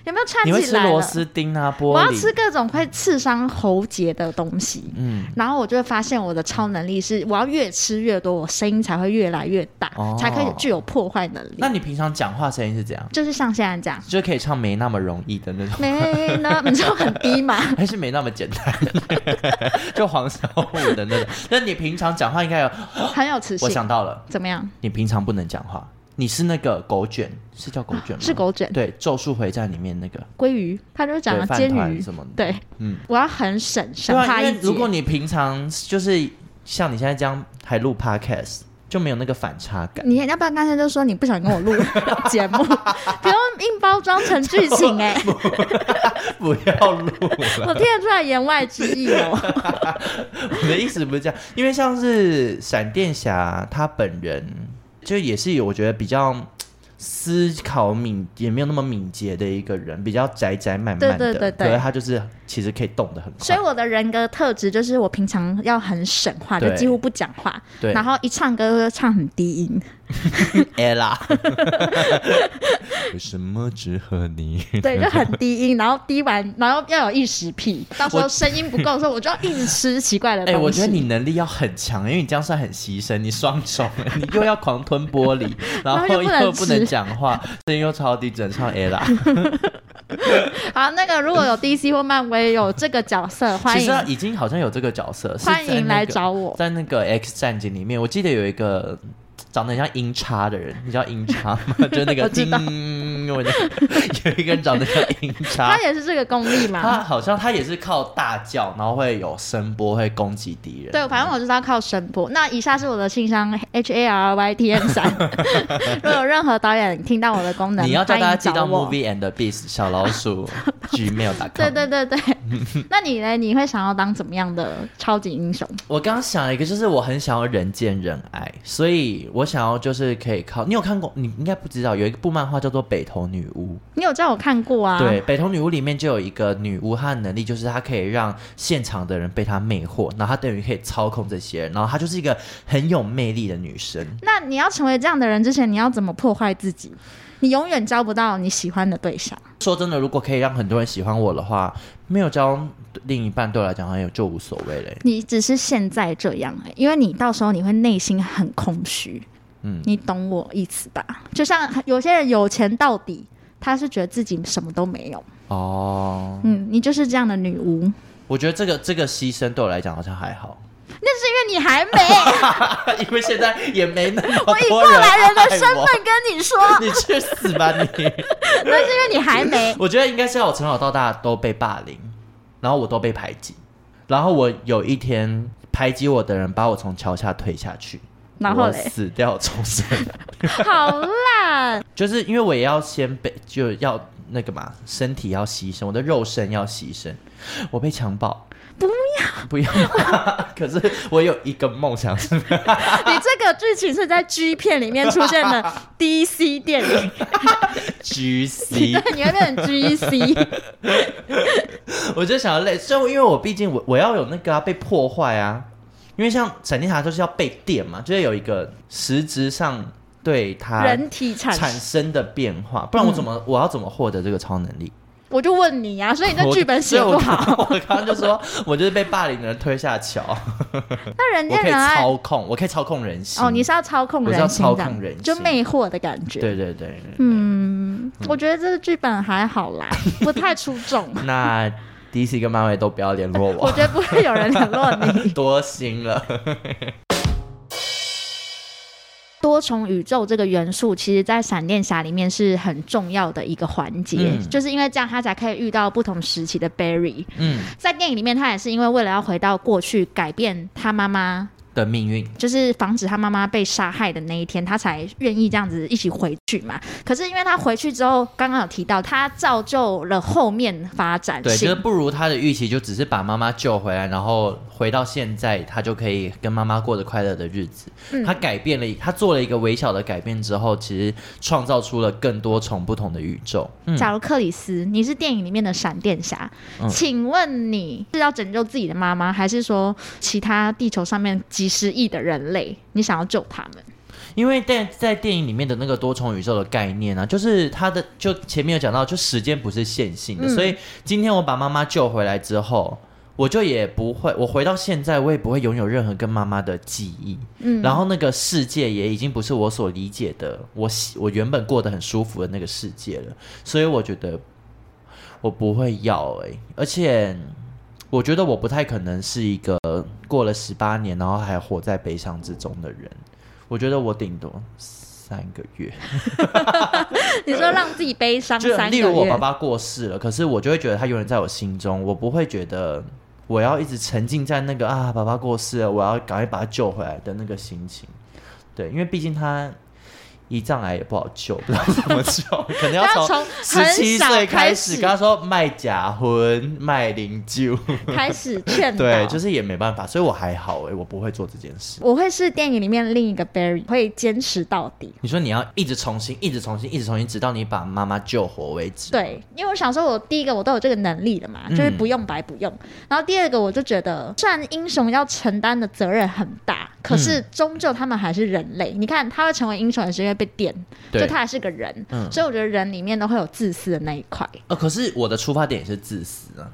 Speaker 1: 有没有串
Speaker 2: 你会
Speaker 1: 起
Speaker 2: 吃
Speaker 1: 来
Speaker 2: 螺
Speaker 1: 了？
Speaker 2: 丝钉啊，玻璃，
Speaker 1: 我要吃各种会刺伤喉结的东西，
Speaker 2: 嗯，
Speaker 1: 然后我就会发现我的超能力是，我要越吃越多，我声音才会越来越大，
Speaker 2: 哦
Speaker 1: 才可以具有破坏能力
Speaker 2: 那。你平常讲话声音是怎样？，
Speaker 1: 就是像现在这样
Speaker 2: 就可以唱没那么容易的那种，
Speaker 1: 没呢， *laughs* 你知道很低
Speaker 2: *laughs*
Speaker 1: 嘛？
Speaker 2: 还是没那么简单， *laughs* 就黄小琥的那种。那你平常讲话应该有，
Speaker 1: 很有磁
Speaker 2: 我
Speaker 1: 性。
Speaker 2: 想到了，
Speaker 1: 怎么样？
Speaker 2: 你平常不能讲话，你是那个狗卷，是叫狗卷吗？
Speaker 1: 是狗卷、
Speaker 2: 对，《咒术回战》里面那个
Speaker 1: 鲑鱼，他就讲
Speaker 2: 对
Speaker 1: 了
Speaker 2: 饭
Speaker 1: 煎
Speaker 2: 团
Speaker 1: 鱼。
Speaker 2: 什么的，
Speaker 1: 对，
Speaker 2: 嗯，
Speaker 1: 我要很省，省
Speaker 2: 对啊，
Speaker 1: 他
Speaker 2: 因
Speaker 1: 一
Speaker 2: 为如果
Speaker 1: 截。
Speaker 2: 你平常就是像你现在这样还录 podcast，就没有那个反差
Speaker 1: *laughs*
Speaker 2: 感。
Speaker 1: 你要不要干脆就说你不想跟我录节
Speaker 2: *laughs*
Speaker 1: 目，不用硬包装成剧情哎、
Speaker 2: 不要录了，
Speaker 1: 我听得出来言外之意哦。
Speaker 2: *laughs* 我的意思不是这样，因为像是闪电侠他本人，就也是有我觉得比较嗯思考敏，也没有那么敏捷的一个人，比较宅宅慢慢的，
Speaker 1: 对对对对
Speaker 2: 可是他就是其实可以动得很
Speaker 1: 所以
Speaker 2: 快，
Speaker 1: 我的人格特质就是我平常要很省话，就
Speaker 2: 对
Speaker 1: 几乎不讲话，
Speaker 2: 对，
Speaker 1: 然后一唱歌就唱很低
Speaker 2: *laughs*
Speaker 1: 音。 *laughs*
Speaker 2: ella，为什么只和你？
Speaker 1: 对，就很低音，然后低完，然后要有意识癖，到时候
Speaker 2: 我
Speaker 1: 声音不够的时候，我就要一直吃奇怪的
Speaker 2: 哎、
Speaker 1: 东西。
Speaker 2: 我觉得你能力要很强，因为你这样算很牺牲，你双重， *laughs* 你又要狂吞玻璃，然
Speaker 1: 后又
Speaker 2: 后
Speaker 1: 不能
Speaker 2: 又不能
Speaker 1: 吃
Speaker 2: 讲话，声音又超低，只
Speaker 1: *laughs*
Speaker 2: 能唱 ella。
Speaker 1: 好，那个如果有 DC 或漫威有这个角色，欢
Speaker 2: 其
Speaker 1: 迎
Speaker 2: 实已经好像有这个角色，是
Speaker 1: 欢
Speaker 2: 在
Speaker 1: 迎
Speaker 2: 那
Speaker 1: 来
Speaker 2: 个
Speaker 1: 找我。
Speaker 2: 在那个 X 战警里面，我记得有一个嗯长得很像音叉的人，你知道音叉吗？ *laughs* 就是那个
Speaker 1: 我知道
Speaker 2: 嗯，我那个 *laughs* 有一个人长得像音叉
Speaker 1: 他，也是这个功力
Speaker 2: 他
Speaker 1: 嘛？
Speaker 2: 好像他也是靠大叫，然后会有声波，会攻击敌人。
Speaker 1: 对，反正我就是要靠声波。那以下是我的信箱 h a r y t m
Speaker 2: *laughs*
Speaker 1: 三。如果有任何导演听到我的功能，
Speaker 2: 你要叫
Speaker 1: 欢
Speaker 2: 大家
Speaker 1: 迎
Speaker 2: 寄
Speaker 1: 找
Speaker 2: 到
Speaker 1: 我。
Speaker 2: Movie and the Beast 小老
Speaker 1: *laughs*
Speaker 2: 鼠 gmail.com。
Speaker 1: 对对对对， *laughs* 那你呢？你会想要当怎么样的超级英雄？
Speaker 2: 我刚刚想了一个，就是我很想要人见人爱，所以我想要就是可以靠你有看过，你应该不知道有一部漫画叫做《北头女巫》
Speaker 1: 你有叫我看过啊？
Speaker 2: 对，《北头女巫》里面就有一个女巫，她的能力就是她可以让现场的人被她魅惑，然后她等于可以操控这些人，然后她就是一个很有魅力的女生。
Speaker 1: 那你要成为这样的人之前，你要怎么破坏自己？你永远交不到你喜欢的对象。
Speaker 2: 说真的，如果可以让很多人喜欢我的话，没有交另一半对我来讲好像也就无所谓嘞。
Speaker 1: 你只是现在这样、欸，因为你到时候你会内心很空虚。
Speaker 2: 嗯
Speaker 1: 你懂我意思吧？就像有些人有钱到底，他是觉得自己什么都没有。
Speaker 2: 哦，
Speaker 1: 嗯，你就是这样的女巫。
Speaker 2: 我觉得这个这个牺牲对我来讲好像还好， *laughs*
Speaker 1: 那是因为你还没
Speaker 2: 因为现在也没那么
Speaker 1: 我以
Speaker 2: 多
Speaker 1: 过
Speaker 2: 人
Speaker 1: 来人的
Speaker 2: 爱
Speaker 1: 身
Speaker 2: 我
Speaker 1: 份跟你说，
Speaker 2: *laughs* 你去死吧你！
Speaker 1: 那是因为你还没。
Speaker 2: 我觉得应该是要我从小到大都被霸凌，然后我都被排挤，然后我有一天排挤我的人把我从桥下推下去，
Speaker 1: 然后
Speaker 2: 我
Speaker 1: 嘞，
Speaker 2: 死掉重生， *laughs*
Speaker 1: *laughs* 好烂。
Speaker 2: 就是因为我也要先被就要那个嘛，身体要牺牲，我的肉身要牺牲，我被强暴。不要，不 *laughs* 要！可是我有一个梦想是，
Speaker 1: 你这个剧情是在 G 片里面出现的 DC 电影，
Speaker 2: GC，
Speaker 1: 对， *laughs* 你会变成 GC。
Speaker 2: *laughs* 我就想要累，所以因为我毕竟我我要有那个啊被破坏啊，因为像闪电侠就是要被电嘛，就是有一个实质上对它
Speaker 1: 人体哎产嗯
Speaker 2: 产生的变化，不然我怎么、我要怎么获得这个超能力？
Speaker 1: 我就问你啊，所以你这
Speaker 2: 我
Speaker 1: 剧本写不好， *laughs*
Speaker 2: 所以我刚我刚刚就 *laughs* 说我就是被霸凌的人推下桥，
Speaker 1: 那人
Speaker 2: 我
Speaker 1: 家
Speaker 2: 可以
Speaker 1: 人爱
Speaker 2: 操控，我可以操控人心。
Speaker 1: 哦，你是要操控
Speaker 2: 我是
Speaker 1: 人
Speaker 2: 要
Speaker 1: 心
Speaker 2: 操
Speaker 1: 的
Speaker 2: 控人
Speaker 1: 就
Speaker 2: 心
Speaker 1: 魅惑的感觉。
Speaker 2: 对对对对，
Speaker 1: 嗯，我觉得这个剧本还好 *laughs* 啦，不太出众。
Speaker 2: 那 DC 跟漫威都不要联络
Speaker 1: 我 *laughs*
Speaker 2: 我，
Speaker 1: 觉得不会有人联络你。 *laughs*
Speaker 2: 多心了。
Speaker 1: 多重宇宙这个元素，其实在闪电侠里面是很重要的一个环节，
Speaker 2: 嗯
Speaker 1: 就是因为这样他才可以遇到不同时期的 Barry。
Speaker 2: 嗯，
Speaker 1: 在电影里面，他也是因为为了要回到过去，改变他妈妈，
Speaker 2: 的命运，
Speaker 1: 就是防止他妈妈被杀害的那一天，他才愿意这样子一起回去嘛。可是因为他回去之后，刚刚有提到，他造就了后面发展
Speaker 2: 对，就是
Speaker 1: 性。
Speaker 2: 不如他的预期，就只是把妈妈救回来，然后回到现在，他就可以跟妈妈过着快乐的日子。他改变了，他做了一个微小的改变之后，其实创造出了更多重不同的宇宙。嗯，
Speaker 1: 假如克里斯，你是电影里面的闪电侠，
Speaker 2: 嗯
Speaker 1: 请问你是要拯救自己的妈妈，还是说其他地球上面几十亿的人类，你想要救他们？
Speaker 2: 因为在在电影里面的那个多重宇宙的概念啊，就是它的就前面有讲到，就时间不是线性的，
Speaker 1: 嗯
Speaker 2: 所以今天我把妈妈救回来之后。我就也不会，我回到现在，我也不会拥有任何跟妈妈的记忆。
Speaker 1: 嗯
Speaker 2: 然后那个世界也已经不是我所理解的，我喜我原本过得很舒服的那个世界了。所以我觉得我不会要哎、而且我觉得我不太可能是一个过了十八年，然后还活在悲伤之中的人。我觉得我顶多三个月，
Speaker 1: *laughs* 你说让自己悲伤
Speaker 2: 就
Speaker 1: 三个
Speaker 2: 例如我
Speaker 1: 月
Speaker 2: 爸，爸过世了，可是我就会觉得他永远在我心中，我不会觉得我要一直沉浸在那个啊，爸爸过世了，我要赶快把他救回来的那个心情。对，因为毕竟他胰脏癌也不好救，不知道怎
Speaker 1: *laughs*
Speaker 2: 么救，可能要
Speaker 1: 要
Speaker 2: 从
Speaker 1: 从
Speaker 2: 十七
Speaker 1: 很小
Speaker 2: 岁
Speaker 1: 开
Speaker 2: 开
Speaker 1: 始
Speaker 2: 始跟他说卖假婚、卖灵柩，
Speaker 1: 开始劝导，
Speaker 2: 对，就是也没办法，所以我还好哎、我不会做这件事。
Speaker 1: 我会是电影里面另一个 Barry，会坚持到底。
Speaker 2: 你说你要一直重新、一直重新、一直重新，直到你把妈妈救活为止。
Speaker 1: 对，因为我想说，我第一个我都有这个能力了嘛，
Speaker 2: 嗯
Speaker 1: 就是不用白不用。然后第二个，我就觉得，虽然英雄要承担的责任很大，可是
Speaker 2: 嗯
Speaker 1: 终究他们还是人类。你看，他会成为英雄，也是因为被电，
Speaker 2: 对
Speaker 1: 就他还是个人。
Speaker 2: 嗯
Speaker 1: 所以我觉得人里面都会有自私的那一块。
Speaker 2: 呃，可是我的出发点也是自私啊，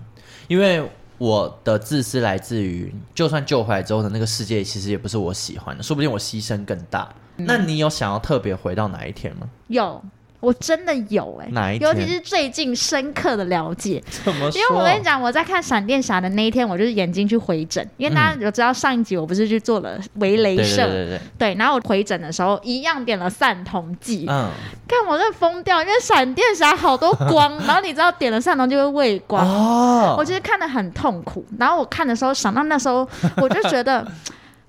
Speaker 2: 因为我的自私来自于，就算救回来之后的那个世界，其实也不是我喜欢的，说不定我牺牲更大。那你有想要特别回到哪一天吗？
Speaker 1: 有，我真的有哎、
Speaker 2: 哪一
Speaker 1: 尤其
Speaker 2: 天
Speaker 1: 是最近深刻的了解，
Speaker 2: *laughs* 怎么说？
Speaker 1: 因为我跟你讲，我在看闪电侠的那一天，我就是眼睛去回诊，因为大家有知道上一集我不是去做了微
Speaker 2: 嗯对
Speaker 1: 镭
Speaker 2: 对
Speaker 1: 射，
Speaker 2: 对对对，
Speaker 1: 对，然后我回诊的时候一样点了散瞳剂，
Speaker 2: 嗯，
Speaker 1: 看我这疯掉，因为闪电侠好多
Speaker 2: *laughs*
Speaker 1: 光，然后你知道点了散瞳就会畏光，
Speaker 2: 哦 *laughs*
Speaker 1: 我，其实看得很痛苦。然后我看的时候想到那时候，我就觉得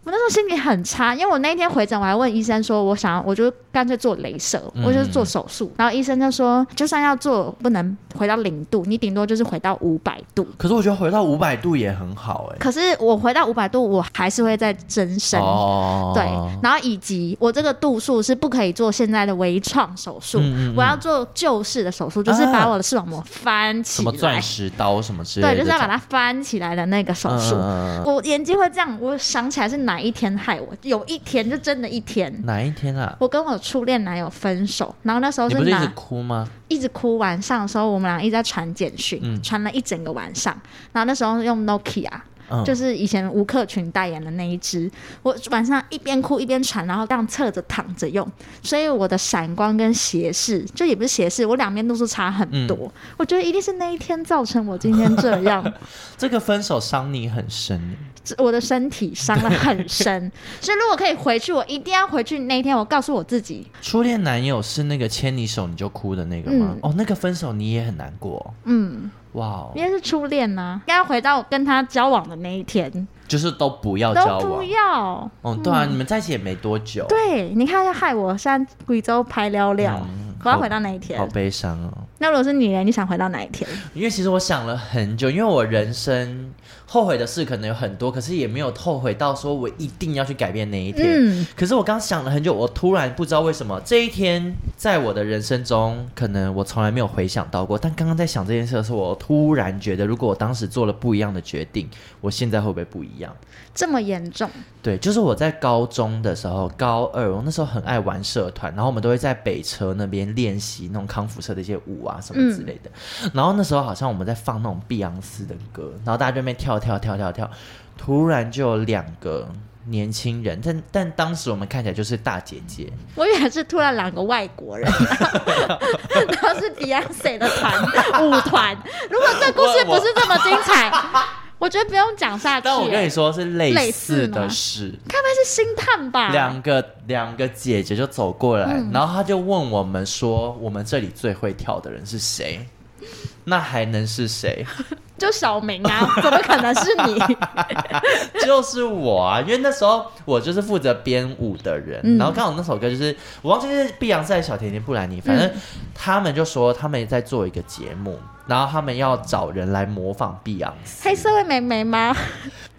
Speaker 1: 我那时候心情很差，因为我那一天回诊，我还问医生说，我想要我就干脆做镭射，
Speaker 2: 嗯
Speaker 1: 我就是做手术。然后医生就说，就算要做，不能回到零度，你顶多就是回到五百度。
Speaker 2: 可是我觉得回到五百度也很好哎、
Speaker 1: 可是我回到五百度，我还是会再增生。
Speaker 2: 哦
Speaker 1: 对，然后以及我这个度数是不可以做现在的微创手术，
Speaker 2: 嗯嗯嗯
Speaker 1: 我要做旧式的手术，就是
Speaker 2: 啊
Speaker 1: 把我的视网膜翻
Speaker 2: 什
Speaker 1: 起
Speaker 2: 么
Speaker 1: 来
Speaker 2: 钻，石刀什么之类的
Speaker 1: 对，
Speaker 2: 这
Speaker 1: 就
Speaker 2: 种，
Speaker 1: 是要把它翻起来的那个手术。
Speaker 2: 嗯嗯嗯嗯
Speaker 1: 我眼睛会这样，我想起来是哪一天害我，有一天就真的一天。
Speaker 2: 哪一天啊？
Speaker 1: 我跟我初恋男友分手，然后那时候
Speaker 2: 你
Speaker 1: 是
Speaker 2: 不是一直
Speaker 1: 拿
Speaker 2: 哭吗？
Speaker 1: 一直哭，晚上的时候我们俩一直在传简讯，
Speaker 2: 嗯
Speaker 1: 传了一整个晚上。然后那时候用 Nokia，、
Speaker 2: 嗯，
Speaker 1: 就是以前吴克群代言的那一支，我晚上一边哭一边传，然后这样侧着躺着用，所以我的闪光跟斜视，就也不是斜视，我两边度数差很多。
Speaker 2: 嗯
Speaker 1: 我觉得一定是那一天造成我今天这
Speaker 2: *laughs*
Speaker 1: 样，
Speaker 2: 这个分手伤你很深，
Speaker 1: 这我的身体伤得很深。所以如果可以回去，我一定要回去那一天，我告诉我自己，
Speaker 2: 初恋男友是那个牵你手你就哭的那个吗？
Speaker 1: 嗯
Speaker 2: 哦，那个分手你也很难过，
Speaker 1: 嗯，
Speaker 2: 哇、哦，
Speaker 1: 因为是初恋呐、应该要回到我跟他交往的那一天，
Speaker 2: 就是都不要交
Speaker 1: 都不
Speaker 2: 往。
Speaker 1: 要。
Speaker 2: 哦，对啊，你们在一起也没多久，
Speaker 1: 对，你看要害我现在贵州拍聊聊，
Speaker 2: 嗯
Speaker 1: 我要回到那一天
Speaker 2: 好。悲伤哦。
Speaker 1: 那如果是你呢？你想回到哪一天？
Speaker 2: 因为其实我想了很久，因为我人生后悔的事可能有很多，可是也没有后悔到说我一定要去改变那一天。
Speaker 1: 嗯
Speaker 2: 可是我刚想了很久，我突然不知道为什么这一天在我的人生中，可能我从来没有回想到过。但刚刚在想这件事的时候，我突然觉得，如果我当时做了不一样的决定，我现在会不会不一样？
Speaker 1: 这么严重，
Speaker 2: 对，就是我在高中的时候，高二我那时候很爱玩社团，然后我们都会在北车那边练习那种康复社的一些舞啊什么之类的。
Speaker 1: 嗯
Speaker 2: 然后那时候好像我们在放那种碧昂斯的歌，然后大家就在那边跳跳跳跳跳，突然就有两个年轻人，但但当时我们看起来就是大姐姐，
Speaker 1: 我以为是突然两个外国人，
Speaker 2: *laughs*
Speaker 1: 然后然后是 Beyonce 的团舞团。如果这故事不是这么精彩，
Speaker 2: *laughs*
Speaker 1: 我觉得不用讲下去。
Speaker 2: 但我跟你
Speaker 1: 欸
Speaker 2: 说是类
Speaker 1: 类
Speaker 2: 似
Speaker 1: 似
Speaker 2: 的
Speaker 1: 吗啊
Speaker 2: 事。
Speaker 1: 该不会是星探吧？
Speaker 2: 两个两个姐姐就走过来，
Speaker 1: 嗯
Speaker 2: 然后她就问我们说，我们这里最会跳的人是谁？那还能是谁？
Speaker 1: 就小明啊，怎么可能是你？
Speaker 2: *laughs* 就是我啊，因为那时候我就是负责编舞的人，
Speaker 1: 嗯
Speaker 2: 然后刚好那首歌就是我忘记是碧昂斯还是小甜甜布兰妮，反正他们就说他们在做一个节目，然后他们要找人来模仿碧昂斯，
Speaker 1: 黑社会妹妹吗？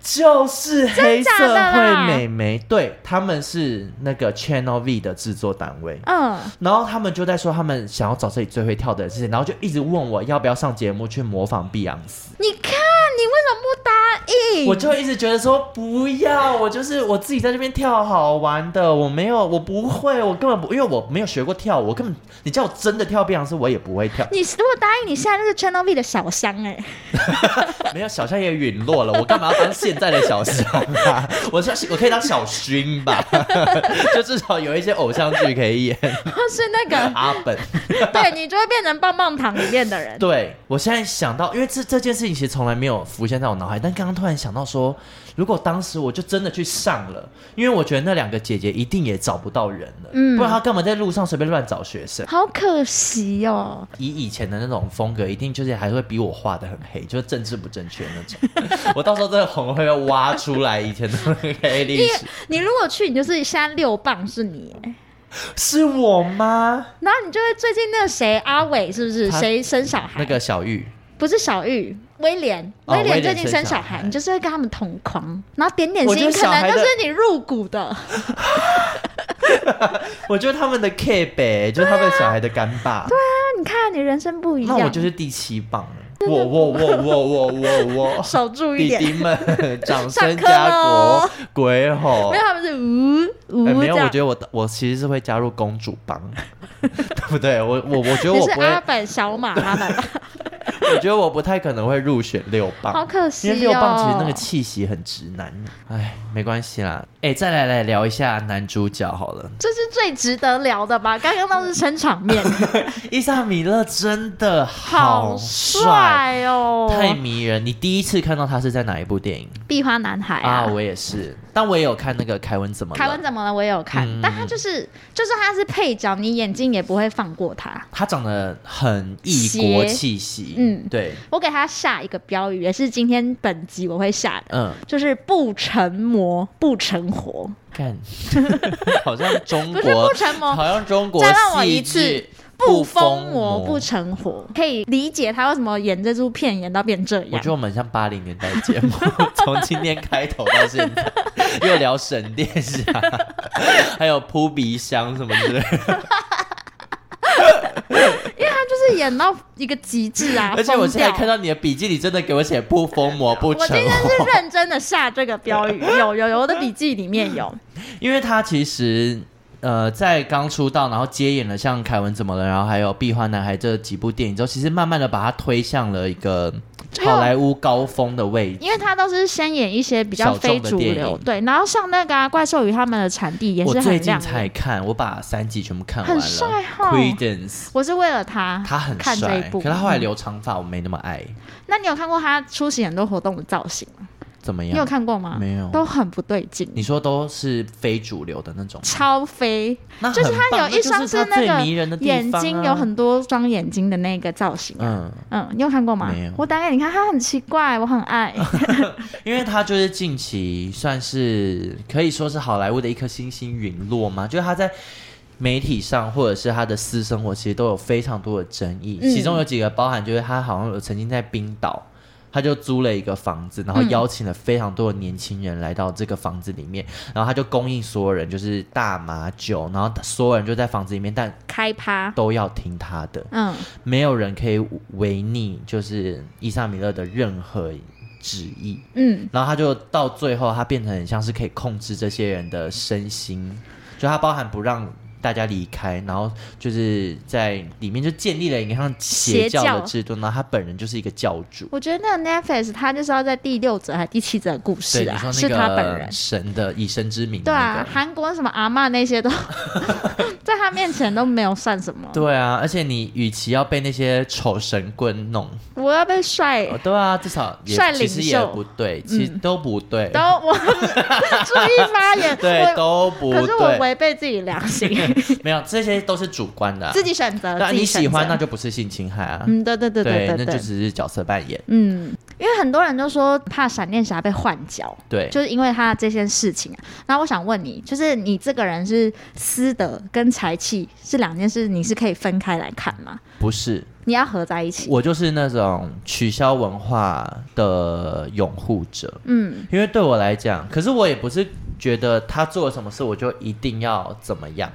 Speaker 2: 就是黑
Speaker 1: 真
Speaker 2: 社
Speaker 1: 的假的
Speaker 2: 会
Speaker 1: 啦
Speaker 2: 美眉，对，他们是那个 Channel V 的制作单位。
Speaker 1: 嗯，
Speaker 2: 然后他们就在说他们想要找这里最会跳的人是谁，然后就一直问我要不要上节目去模仿碧昂斯。
Speaker 1: 你看你为什么不答应？
Speaker 2: 我就一直觉得说不要，我就是我自己在这边跳好玩的，我没有，我不会，我根本不，因为我没有学过跳舞，我根本你叫我真的跳碧昂斯，我也不会
Speaker 1: *laughs*。
Speaker 2: 跳
Speaker 1: 你如果答应，你现在就是 Channel V 的小香哎、
Speaker 2: 没有小象也陨落了，我干嘛要当现在的小象啊？我像我可以当小薰吧， *laughs* 就至少有一些偶像剧可以演。
Speaker 1: 哦是那 *laughs* 个，
Speaker 2: 阿本，
Speaker 1: 对你就会变成棒棒糖里面的人。
Speaker 2: 对我现在想到，因为这这件事情其实从来没有浮现在我脑海，但刚刚突然想到说，如果当时我就真的去上了，因为我觉得那两个姐姐一定也找不到人了，
Speaker 1: 嗯
Speaker 2: 不然她干嘛在路上随便乱找学生？
Speaker 1: 好可惜哦，
Speaker 2: 以以前的那种风格，一定就是还会比我画的很黑，就是政治不正确那种。我到时候真的红会被挖出来以前的那个黑历史，
Speaker 1: 你如果去，你就是现在六磅是你耶，
Speaker 2: 是我吗？
Speaker 1: 然后你就会最近那个谁阿伟是不是
Speaker 2: 他
Speaker 1: 谁生小孩？
Speaker 2: 那个小玉，
Speaker 1: 不是小玉，威廉，
Speaker 2: 哦
Speaker 1: 威
Speaker 2: 威
Speaker 1: 廉
Speaker 2: 廉
Speaker 1: 最近
Speaker 2: 生
Speaker 1: 生
Speaker 2: 小
Speaker 1: 小孩，
Speaker 2: 孩
Speaker 1: 你就是会跟他们同框，然后点点
Speaker 2: 我觉
Speaker 1: 心
Speaker 2: 得
Speaker 1: 可
Speaker 2: 小
Speaker 1: 能
Speaker 2: 孩
Speaker 1: 就
Speaker 2: 的
Speaker 1: 是你入股的，
Speaker 2: 我觉得他们的 K 呗，就是他们小孩的干爸。
Speaker 1: 那你看你人生不一
Speaker 2: 那
Speaker 1: 样，
Speaker 2: 我就是第七棒了。我我我我我我我，
Speaker 1: 守住一
Speaker 2: 弟
Speaker 1: 点，
Speaker 2: 弟们掌声
Speaker 1: 上课
Speaker 2: 加国
Speaker 1: 喽
Speaker 2: 鬼吼
Speaker 1: 没。有他们是呜
Speaker 2: 哎
Speaker 1: 呜这
Speaker 2: 没有，我
Speaker 1: 样
Speaker 2: 觉。得我我其实是会加入公主帮，对不对？我我我觉得
Speaker 1: 你
Speaker 2: 我
Speaker 1: 是
Speaker 2: 不
Speaker 1: 阿
Speaker 2: 会，
Speaker 1: 本小马他
Speaker 2: *laughs*
Speaker 1: 们，
Speaker 2: 我觉得我不太可能会入选六棒，
Speaker 1: 好可惜
Speaker 2: 因为六棒其实那个
Speaker 1: 哦
Speaker 2: 气息很直男。哎，没关系啦。哎，再来来聊一下男主角好了，
Speaker 1: 这是最值得聊的吧？刚刚都是撑场
Speaker 2: *laughs*
Speaker 1: 面，
Speaker 2: 伊萨米勒真的
Speaker 1: 好
Speaker 2: 帅，
Speaker 1: 帅哦！
Speaker 2: 太迷人。你第一次看到他是在哪一部电影
Speaker 1: 壁花男孩
Speaker 2: 啊？
Speaker 1: 啊，
Speaker 2: 我也是，但我也有看那个凯文怎么了
Speaker 1: 凯文怎么了？我也有看，
Speaker 2: 嗯
Speaker 1: 但他就是，就算他是配角，你眼睛也不会放过他。
Speaker 2: 他长得很异国气息，
Speaker 1: 嗯
Speaker 2: 对，
Speaker 1: 我给他下一个标语，也是今天本集我会下的，
Speaker 2: 嗯，
Speaker 1: 就是不成魔不成活， *laughs*
Speaker 2: 看，好像中
Speaker 1: 不是
Speaker 2: 国
Speaker 1: 不，成魔，
Speaker 2: 好像中国
Speaker 1: 再让我
Speaker 2: 戏
Speaker 1: 一次
Speaker 2: 剧
Speaker 1: 不
Speaker 2: 疯
Speaker 1: 疯魔不成活，可以理解他为什么演这出片演到变这
Speaker 2: 我觉
Speaker 1: 样
Speaker 2: 得。我们很像八零年代
Speaker 1: *laughs*
Speaker 2: 节目，从今天开头到现在，又聊省电侠，
Speaker 1: *laughs*
Speaker 2: 还有扑鼻香什么之类的。
Speaker 1: 他就是演到一个极致啊！
Speaker 2: *laughs* 而且我现在看
Speaker 1: 到，
Speaker 2: 到你的笔记里真的给我写不疯魔不
Speaker 1: 我
Speaker 2: 成
Speaker 1: 今
Speaker 2: *laughs*
Speaker 1: 天是
Speaker 2: 活，
Speaker 1: 认真的下这个标
Speaker 2: *laughs*
Speaker 1: 语，有有有，我的笔记里面有。
Speaker 2: 因为他其实。呃，在刚出道，然后接演了像《凯文怎么了》，然后还有《壁花男孩》这几部电影之后，其实慢慢的把他推向了一个
Speaker 1: 因为
Speaker 2: 好莱坞高峰的位置。
Speaker 1: 因为他都是先演一些比较非主
Speaker 2: 小众的电
Speaker 1: 流，
Speaker 2: 影
Speaker 1: 对，然后像那个、啊、怪兽与他们的产地也
Speaker 2: 我
Speaker 1: 是
Speaker 2: 最
Speaker 1: 很
Speaker 2: 近
Speaker 1: 亮
Speaker 2: 才
Speaker 1: 眼。
Speaker 2: 看，我把三集全部看完
Speaker 1: 很
Speaker 2: 了。
Speaker 1: 帅哦
Speaker 2: Credence，
Speaker 1: 我是为了他，
Speaker 2: 他很
Speaker 1: 看这一
Speaker 2: 帅，
Speaker 1: 部，
Speaker 2: 可他后来
Speaker 1: 嗯
Speaker 2: 留长发，我没那么爱。
Speaker 1: 那你有看过他出席很多活动的造型吗？
Speaker 2: 怎么样？
Speaker 1: 你有看过吗？
Speaker 2: 没有
Speaker 1: 都很不对劲，
Speaker 2: 你说都是非主流的那种，
Speaker 1: 超飞，
Speaker 2: 那
Speaker 1: 就是
Speaker 2: 很
Speaker 1: 他
Speaker 2: 棒
Speaker 1: 有一双
Speaker 2: 那就是他
Speaker 1: 那
Speaker 2: 最迷人的
Speaker 1: 个
Speaker 2: 地
Speaker 1: 眼
Speaker 2: 方啊
Speaker 1: 睛有很多双眼睛的那个造型、啊。
Speaker 2: 嗯，
Speaker 1: 嗯你有看过吗
Speaker 2: 没有？
Speaker 1: 我打给你看，他很奇怪，我很
Speaker 2: *laughs*
Speaker 1: 爱。
Speaker 2: 因为他就是近期算是可以说是好莱坞的一颗星星陨落嘛，就是他在。媒体上或者是他的私生活，其实都有非常多的争议，
Speaker 1: 嗯
Speaker 2: 其中有几个包含就是他好像有曾经在冰岛，他就租了一个房子，然后邀请了非常多的年轻人来到这个房子里面，然后他就供应所有人就是大麻酒，然后所有人就在房子里面，但
Speaker 1: 开趴，
Speaker 2: 都要听他的，
Speaker 1: 嗯，
Speaker 2: 没有人可以违逆就是伊莎米勒的任何旨意。
Speaker 1: 嗯，
Speaker 2: 然后他就到最后，他变成很像是可以控制这些人的身心，就他包含不让大家离开，然后就是在里面就建立了一个像邪教
Speaker 1: 邪
Speaker 2: 的
Speaker 1: 教
Speaker 2: 制度，然后他本人就是一个教主。
Speaker 1: 我觉得那个 Netflix 他就是要在第六则还是第七则的故
Speaker 2: 对，
Speaker 1: 事
Speaker 2: 你
Speaker 1: 啊，
Speaker 2: 说
Speaker 1: 是他
Speaker 2: 那
Speaker 1: 本人
Speaker 2: 个。神的以神之名的
Speaker 1: 对
Speaker 2: 那
Speaker 1: 啊
Speaker 2: 个，，
Speaker 1: 韩国什么阿嬷那些
Speaker 2: *laughs*
Speaker 1: 都在他面前都没有算什么。
Speaker 2: 对啊，而且你与其要被那些丑神
Speaker 1: *laughs*
Speaker 2: 棍弄，
Speaker 1: 我要被帅
Speaker 2: 哦、对啊，至少也
Speaker 1: 帅
Speaker 2: 其
Speaker 1: 领嗯
Speaker 2: 实也
Speaker 1: 袖
Speaker 2: 不对，其实都不对，
Speaker 1: 然后我 *laughs* 注意发言，
Speaker 2: *laughs* 对，
Speaker 1: 我
Speaker 2: 都不
Speaker 1: 可是我
Speaker 2: 对，
Speaker 1: 违背自己良
Speaker 2: *laughs*
Speaker 1: 心，
Speaker 2: 没有，这些都是主观的啊、
Speaker 1: 自己选择，
Speaker 2: 那
Speaker 1: 自己
Speaker 2: 你喜欢，
Speaker 1: 选
Speaker 2: 那
Speaker 1: 择
Speaker 2: 就不是性侵害啊。
Speaker 1: 嗯，对对对对
Speaker 2: 那
Speaker 1: 对
Speaker 2: 就只是角色扮演。
Speaker 1: 嗯，因为很多人都说怕闪电侠被换角，
Speaker 2: 对，
Speaker 1: 就是因为他这件事情啊。那我想问你，就是你这个人是私德跟财气是两件事，你是可以分开来看吗？
Speaker 2: 不是
Speaker 1: 你要合在一起？
Speaker 2: 我就是那种取消文化的拥护者，
Speaker 1: 嗯
Speaker 2: 因为对我来讲，可是我也不是觉得他做了什么事我就一定要怎么样，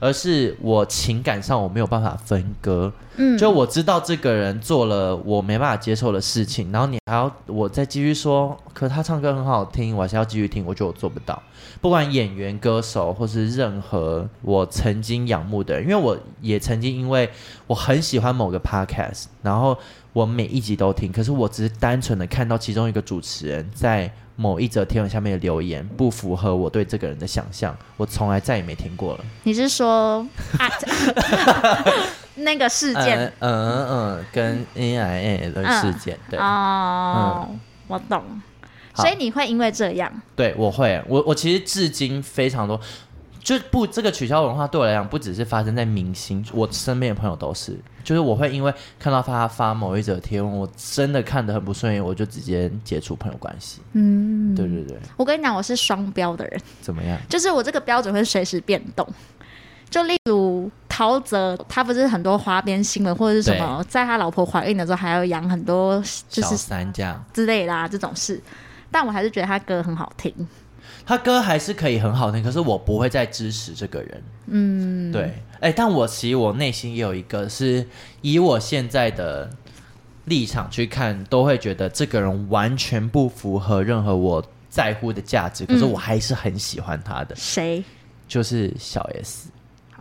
Speaker 2: 而是我情感上我没有办法分割，
Speaker 1: 嗯，
Speaker 2: 就我知道这个人做了我没办法接受的事情，然后你还要我再继续说，可他唱歌很好听，我还是要继续听，我觉得我做不到。不管演员、歌手，或是任何我曾经仰慕的人，因为我也曾经因为我很喜欢某个 podcast，然后我每一集都听，可是我只是单纯的看到其中一个主持人在某一则贴文下面的留言不符合我对这个人的想象，我从来再也没听过了。
Speaker 1: 你是说 at *laughs* 那个事件嗯
Speaker 2: 嗯嗯嗯，跟 N I A 的事件，对。嗯
Speaker 1: 哦？我懂，
Speaker 2: 好
Speaker 1: 所以你会因为这样，
Speaker 2: 对，我会，我我其实至今非常多，就不这个取消文化对我来讲，不只是发生在明星，我身边的朋友都是，就是我会因为看到他发某一则贴文，我真的看得很不顺眼，我就直接解除朋友关系。
Speaker 1: 嗯，
Speaker 2: 对对对，
Speaker 1: 我跟你讲，我是双标的人，
Speaker 2: 怎么样？
Speaker 1: 就是我这个标准会随时变动。就例如陶喆，他不是很多花边新闻或者是什么，在他老婆怀孕的时候还要养很多就
Speaker 2: 小
Speaker 1: 是
Speaker 2: 三这样，
Speaker 1: 之类啦、这种事，但我还是觉得他歌很好听。
Speaker 2: 他歌还是可以很好听，可是我不会再支持这个人。嗯，对，哎、但我其实我内心也有一个是以我现在的立场去看，都会觉得这个人完全不符合任何我在乎的价值，可是
Speaker 1: 嗯
Speaker 2: 我还是很喜欢他的，
Speaker 1: 谁
Speaker 2: 就是小 S。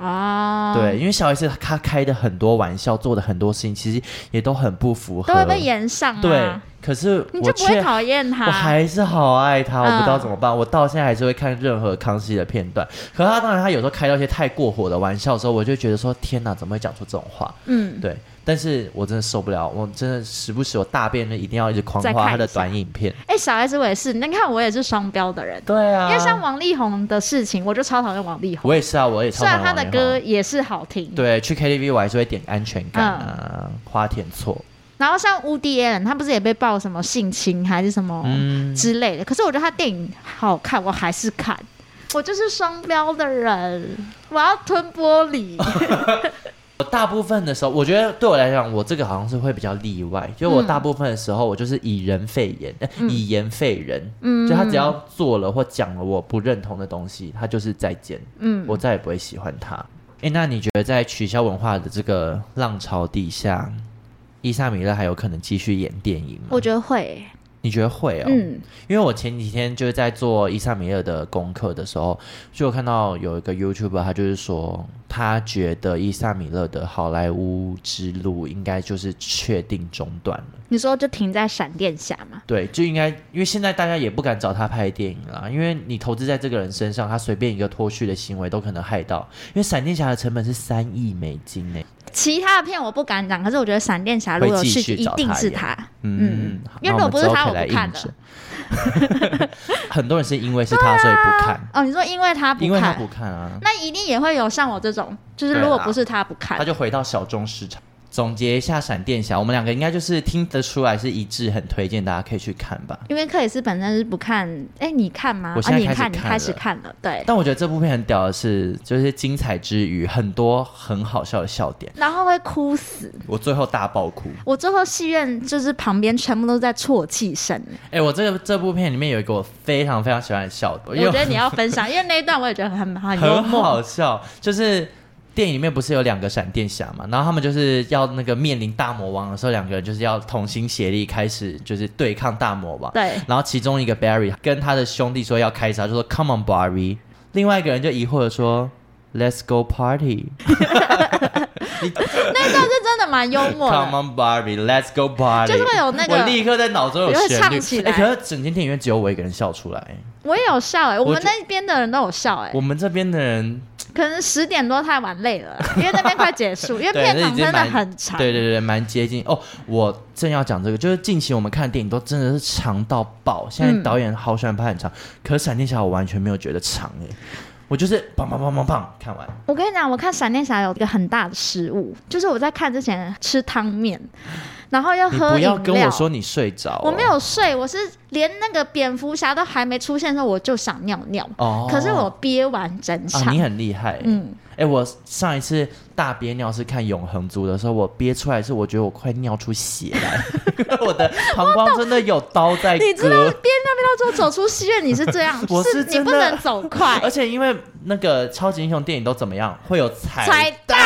Speaker 1: 啊？
Speaker 2: 对，，因为小 S 他开的很多玩笑，做的很多事情，其实也都很不符合。
Speaker 1: 都会被延上啊。
Speaker 2: 对，可是
Speaker 1: 你
Speaker 2: 我
Speaker 1: 就不会
Speaker 2: 却
Speaker 1: 讨厌他？
Speaker 2: 我还是好爱他，我不知道
Speaker 1: 啊嗯
Speaker 2: 怎么办。我到现在还是会看任何康熙的片段，可是他当然他有时候开到一些太过火的玩笑的时候，我就觉得说天哪，怎么会讲出这种话？
Speaker 1: 嗯，
Speaker 2: 对，但是我真的受不了，我真的时不时我大便就一定要一直狂
Speaker 1: 再
Speaker 2: 花
Speaker 1: 看
Speaker 2: 他的
Speaker 1: 一下
Speaker 2: 短影片。
Speaker 1: 哎、小 S 我也是，你看我也是双标的人，
Speaker 2: 对啊，
Speaker 1: 因为像王力宏的事情，我就超讨厌王力宏，
Speaker 2: 我也是啊，我也超
Speaker 1: 虽然
Speaker 2: 讨
Speaker 1: 他
Speaker 2: 厌
Speaker 1: 的
Speaker 2: 王力
Speaker 1: 歌
Speaker 2: 宏
Speaker 1: 也是好听，
Speaker 2: 对，去 KTV 我还是会点安全感啊，
Speaker 1: 嗯
Speaker 2: 花田错，
Speaker 1: 然后像 Woody Allen，他不是也被爆什么性侵还是什么
Speaker 2: 嗯，
Speaker 1: 之类的，可是我觉得他电影好看，我还是看。我就是双标的人，我要吞玻璃。
Speaker 2: *laughs* 我大部分的时候，我觉得对我来讲，我这个好像是会比较例外，就
Speaker 1: 嗯
Speaker 2: 我大部分的时候，我就是以人废言，呃以言废人，
Speaker 1: 嗯
Speaker 2: 就他只要做了或讲了我不认同的东西，他就是再见，
Speaker 1: 嗯，
Speaker 2: 我再也不会喜欢他。哎，那你觉得在取消文化的这个浪潮底下，伊莎米勒还有可能继续演电影吗？
Speaker 1: 我觉得会，
Speaker 2: 你觉得会哦？
Speaker 1: 嗯，
Speaker 2: 因为我前几天就是在做伊莎米尔的功课的时候，就有看到有一个 YouTuber，他就是说，他觉得伊莎米勒的好莱坞之路应该就是确定中断了。
Speaker 1: 你说就停在闪电侠嘛？
Speaker 2: 对，就应该，因为现在大家也不敢找他拍电影啦，因为你投资在这个人身上，他随便一个脱序的行为都可能害到。因为闪电侠的成本是三亿美金呢、
Speaker 1: 其他的片我不敢讲，可是我觉得闪电侠如果有续集，
Speaker 2: 会继续
Speaker 1: 一
Speaker 2: 找他
Speaker 1: 定是
Speaker 2: 演
Speaker 1: 他。
Speaker 2: 嗯，
Speaker 1: 嗯
Speaker 2: 好
Speaker 1: 因为
Speaker 2: 那
Speaker 1: 如果不是
Speaker 2: 们之
Speaker 1: 他
Speaker 2: 后可
Speaker 1: 我
Speaker 2: 以来
Speaker 1: 不看
Speaker 2: 印
Speaker 1: 的
Speaker 2: 证。 *laughs* 很多人是因为是他所以
Speaker 1: *laughs*
Speaker 2: 不看，
Speaker 1: 哦，你说因为他不
Speaker 2: 因为他
Speaker 1: 看，
Speaker 2: 不看啊。
Speaker 1: 那一定也会有像我这种，就是
Speaker 2: 对啊
Speaker 1: 如果
Speaker 2: 啦
Speaker 1: 不是他不看
Speaker 2: 他，就回到小众市场。总结一下《闪电侠》，我们两个应该就是听得出来是一致，很推荐大家可以去看吧。
Speaker 1: 因为克里斯本身是不看，哎、你看吗？
Speaker 2: 我
Speaker 1: 啊，
Speaker 2: 现在
Speaker 1: 你
Speaker 2: 开始
Speaker 1: 看，你
Speaker 2: 看
Speaker 1: 开始
Speaker 2: 了
Speaker 1: 看了，对。
Speaker 2: 但我觉得这部片很屌的是，就是精彩之余，很多很好笑的笑点，
Speaker 1: 然后会哭死，
Speaker 2: 我最后大爆哭。
Speaker 1: 我最后戏院就是旁边全部都在啜泣声。
Speaker 2: 哎、我这个这部片里面有一个我非常非常喜欢的笑
Speaker 1: 我
Speaker 2: 点，因为
Speaker 1: 觉得你要分
Speaker 2: *laughs*
Speaker 1: 享，因为那一段我也觉得很很幽
Speaker 2: 很
Speaker 1: 默。
Speaker 2: 好笑，就是。电影里面不是有两个闪电侠嘛，然后他们就是要那个面临大魔王的时候，两个人就是要同心协力开始就是对抗大魔王。
Speaker 1: 对，
Speaker 2: 然后其中一个 Barry 跟他的兄弟说要开闸，就说 Come on Barry。另外一个人就疑惑的说 Let's
Speaker 1: *laughs*
Speaker 2: go party。
Speaker 1: 那一段是真的蛮幽默
Speaker 2: *laughs*
Speaker 1: 的。
Speaker 2: Come on Barry，Let's go party。
Speaker 1: 就是会有那个
Speaker 2: 我立刻在脑中有
Speaker 1: 会
Speaker 2: 旋律。
Speaker 1: 唱起来
Speaker 2: 哎可是整间电影院只有我一个人笑出来。
Speaker 1: 我也有笑哎、我
Speaker 2: 我
Speaker 1: 们
Speaker 2: 觉
Speaker 1: 那边的人都有笑哎、
Speaker 2: 我们这边的人，
Speaker 1: 可能十点多太晚累了，因为那边快结束，因为
Speaker 2: *laughs* 对，
Speaker 1: 片
Speaker 2: 那已
Speaker 1: 场
Speaker 2: 经
Speaker 1: 真的
Speaker 2: 蛮
Speaker 1: 很长。
Speaker 2: 对对对，蛮接近。哦，我正要讲这个，就是近期我们看的电影都真的是长到爆。现在
Speaker 1: 嗯
Speaker 2: 导演好喜欢拍很长，可是闪电侠我完全没有觉得长哎，我就是砰砰砰砰砰看完。
Speaker 1: 我跟你讲，我看《闪电侠》有一个很大的失误，就是我在看之前吃汤面，然后又
Speaker 2: 你
Speaker 1: 喝
Speaker 2: 不
Speaker 1: 饮料。
Speaker 2: 要跟我说你睡着、哦啊
Speaker 1: 我没。有睡，我是连那个蝙蝠侠都还没出现的时候，我就想尿尿，
Speaker 2: 哦，
Speaker 1: 可是我憋完整场。
Speaker 2: 啊，你很厉害。嗯，
Speaker 1: 嗯，
Speaker 2: 哎、我上一次大憋尿是看《永恒族》的时候，我憋出来是我觉得我快尿出血来， *laughs* 我的膀胱真的有刀在
Speaker 1: 你知道
Speaker 2: 割。
Speaker 1: 憋尿憋到最后走出戏院，你是这样，
Speaker 2: *laughs* 我是
Speaker 1: 是你
Speaker 2: 真的
Speaker 1: 不能走快
Speaker 2: 而，且因为那个超级英雄电影都怎么样，会有彩
Speaker 1: 彩蛋。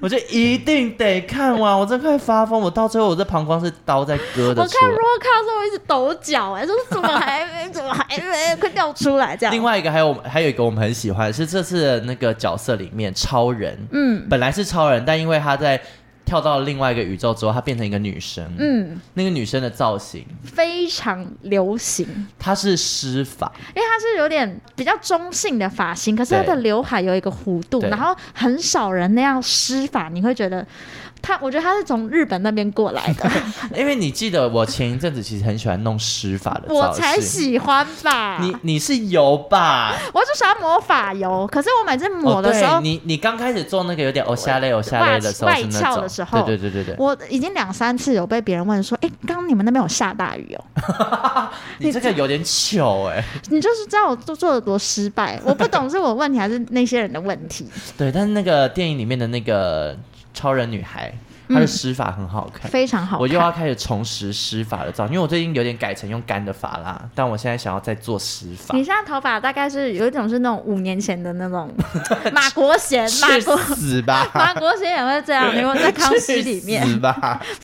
Speaker 2: 我就一定得看完，我真快发疯，我到最后我这膀胱是刀在割
Speaker 1: 我
Speaker 2: 的
Speaker 1: 看
Speaker 2: 出来
Speaker 1: r o c a 的时候，我一直抖脚、哎，说怎么还没，怎么还没，快尿出来这
Speaker 2: 另
Speaker 1: 样。
Speaker 2: 外一个还有还有一个我们很喜欢是这次的那个角色里面超人，
Speaker 1: 嗯
Speaker 2: 本来是超人，但因为他在跳到另外一个宇宙之后，他变成一个女生。
Speaker 1: 嗯，
Speaker 2: 那个女生的造型，
Speaker 1: 非常流行，因
Speaker 2: 她是施法，
Speaker 1: 为它是有点比较中性的发型，可是它的
Speaker 2: 对
Speaker 1: 刘海有一个弧度，
Speaker 2: 对
Speaker 1: 然后很少人那样施法，你会觉得他，我觉得他是从日本那边过来
Speaker 2: *laughs*
Speaker 1: 的，
Speaker 2: 因为你记得我前一阵子其实很喜欢弄施法的造型，
Speaker 1: 我才喜欢吧。
Speaker 2: 你你是油吧？
Speaker 1: 我就想要抹发油，可是我每次抹的时候，
Speaker 2: 哦、对你你刚开始做那个有点哦下泪哦下
Speaker 1: 外
Speaker 2: 泪的时候是
Speaker 1: 外
Speaker 2: 那
Speaker 1: 翘
Speaker 2: 种，
Speaker 1: 的时候
Speaker 2: 对对对对对，
Speaker 1: 我 *laughs* 已经两三次有被别人问说，哎、刚刚你们那边有下大雨哦、
Speaker 2: 你这个有点糗哎、
Speaker 1: 你就是知道我做做的多失败，我不懂是我问题还是那些人的问
Speaker 2: *laughs*
Speaker 1: 题。
Speaker 2: 对，但是那个电影里面的那个超人女孩，她的施法很好
Speaker 1: 嗯
Speaker 2: 看。
Speaker 1: 非常好看，
Speaker 2: 我又要开始重拾施法的造型，因为我最近有点改成用干的发啦，但我现在想要再做施法
Speaker 1: 你。现在头发大概是有一种是那种五年前的那
Speaker 2: *laughs*
Speaker 1: 种马国贤，马
Speaker 2: 去
Speaker 1: 国
Speaker 2: 死
Speaker 1: *laughs*
Speaker 2: 吧！
Speaker 1: 马国贤也会这样，因为在康熙里面
Speaker 2: *laughs* 去。死吧！
Speaker 1: *laughs*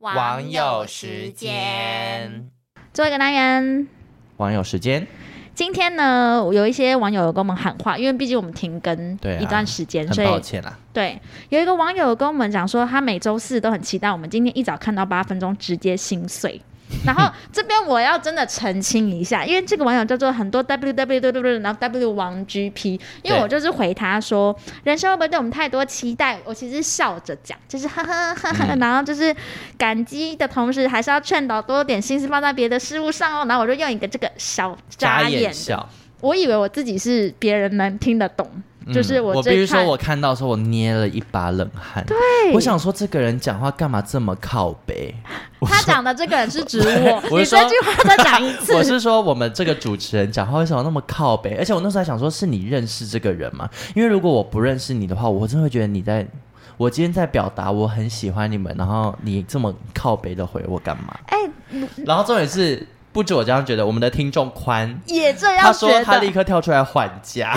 Speaker 3: 网友时间。
Speaker 1: 最后一个单元，
Speaker 2: 网友时间，
Speaker 1: 今天呢有一些网友有跟我们喊话，因为毕竟我们停更
Speaker 2: 对啊
Speaker 1: 一段时间，所
Speaker 2: 很抱
Speaker 1: 以
Speaker 2: 歉啦。
Speaker 1: 对有一个网友跟我们讲说，他每周四都很期待我们今天一早看到八分钟直接心碎。 *laughs* 然后这边我要真的澄清一下，因为这个网友叫做很多 w w w 然后 w 王 g p，因为我就是回他说，人生会不会对我们太多期待？我其实是笑着讲，就是呵呵呵呵，
Speaker 2: 嗯
Speaker 1: 然后就是感激的同时，还是要劝导多点心思放在别的事物上哦。然后我就用一个这个小
Speaker 2: 眨
Speaker 1: 眼
Speaker 2: 眼
Speaker 1: 的
Speaker 2: 笑。
Speaker 1: 我以为我自己是别人能听得懂，就是
Speaker 2: 嗯我，
Speaker 1: 我
Speaker 2: 必
Speaker 1: 这
Speaker 2: 须说，
Speaker 1: 看
Speaker 2: 我看到的时候我捏了一把冷汗。对，我想说这个人讲话干嘛这么靠北？
Speaker 1: 他讲的这个人是指我，
Speaker 2: 我
Speaker 1: 你
Speaker 2: 是说
Speaker 1: 这句话再讲一次。
Speaker 2: 我是说，我们这个主持人讲话为什么那么靠北？而且我那时候还想说，是你认识这个人吗？因为如果我不认识你的话，我真的会觉得你在。我今天在表达我很喜欢你们，然后你这么靠北的回我干嘛？
Speaker 1: 哎、
Speaker 2: 然后重点是，不止我这样觉得，我们的听众宽，
Speaker 1: 也这
Speaker 2: 他
Speaker 1: 样觉
Speaker 2: 说
Speaker 1: 得。
Speaker 2: 他立刻跳出来还价，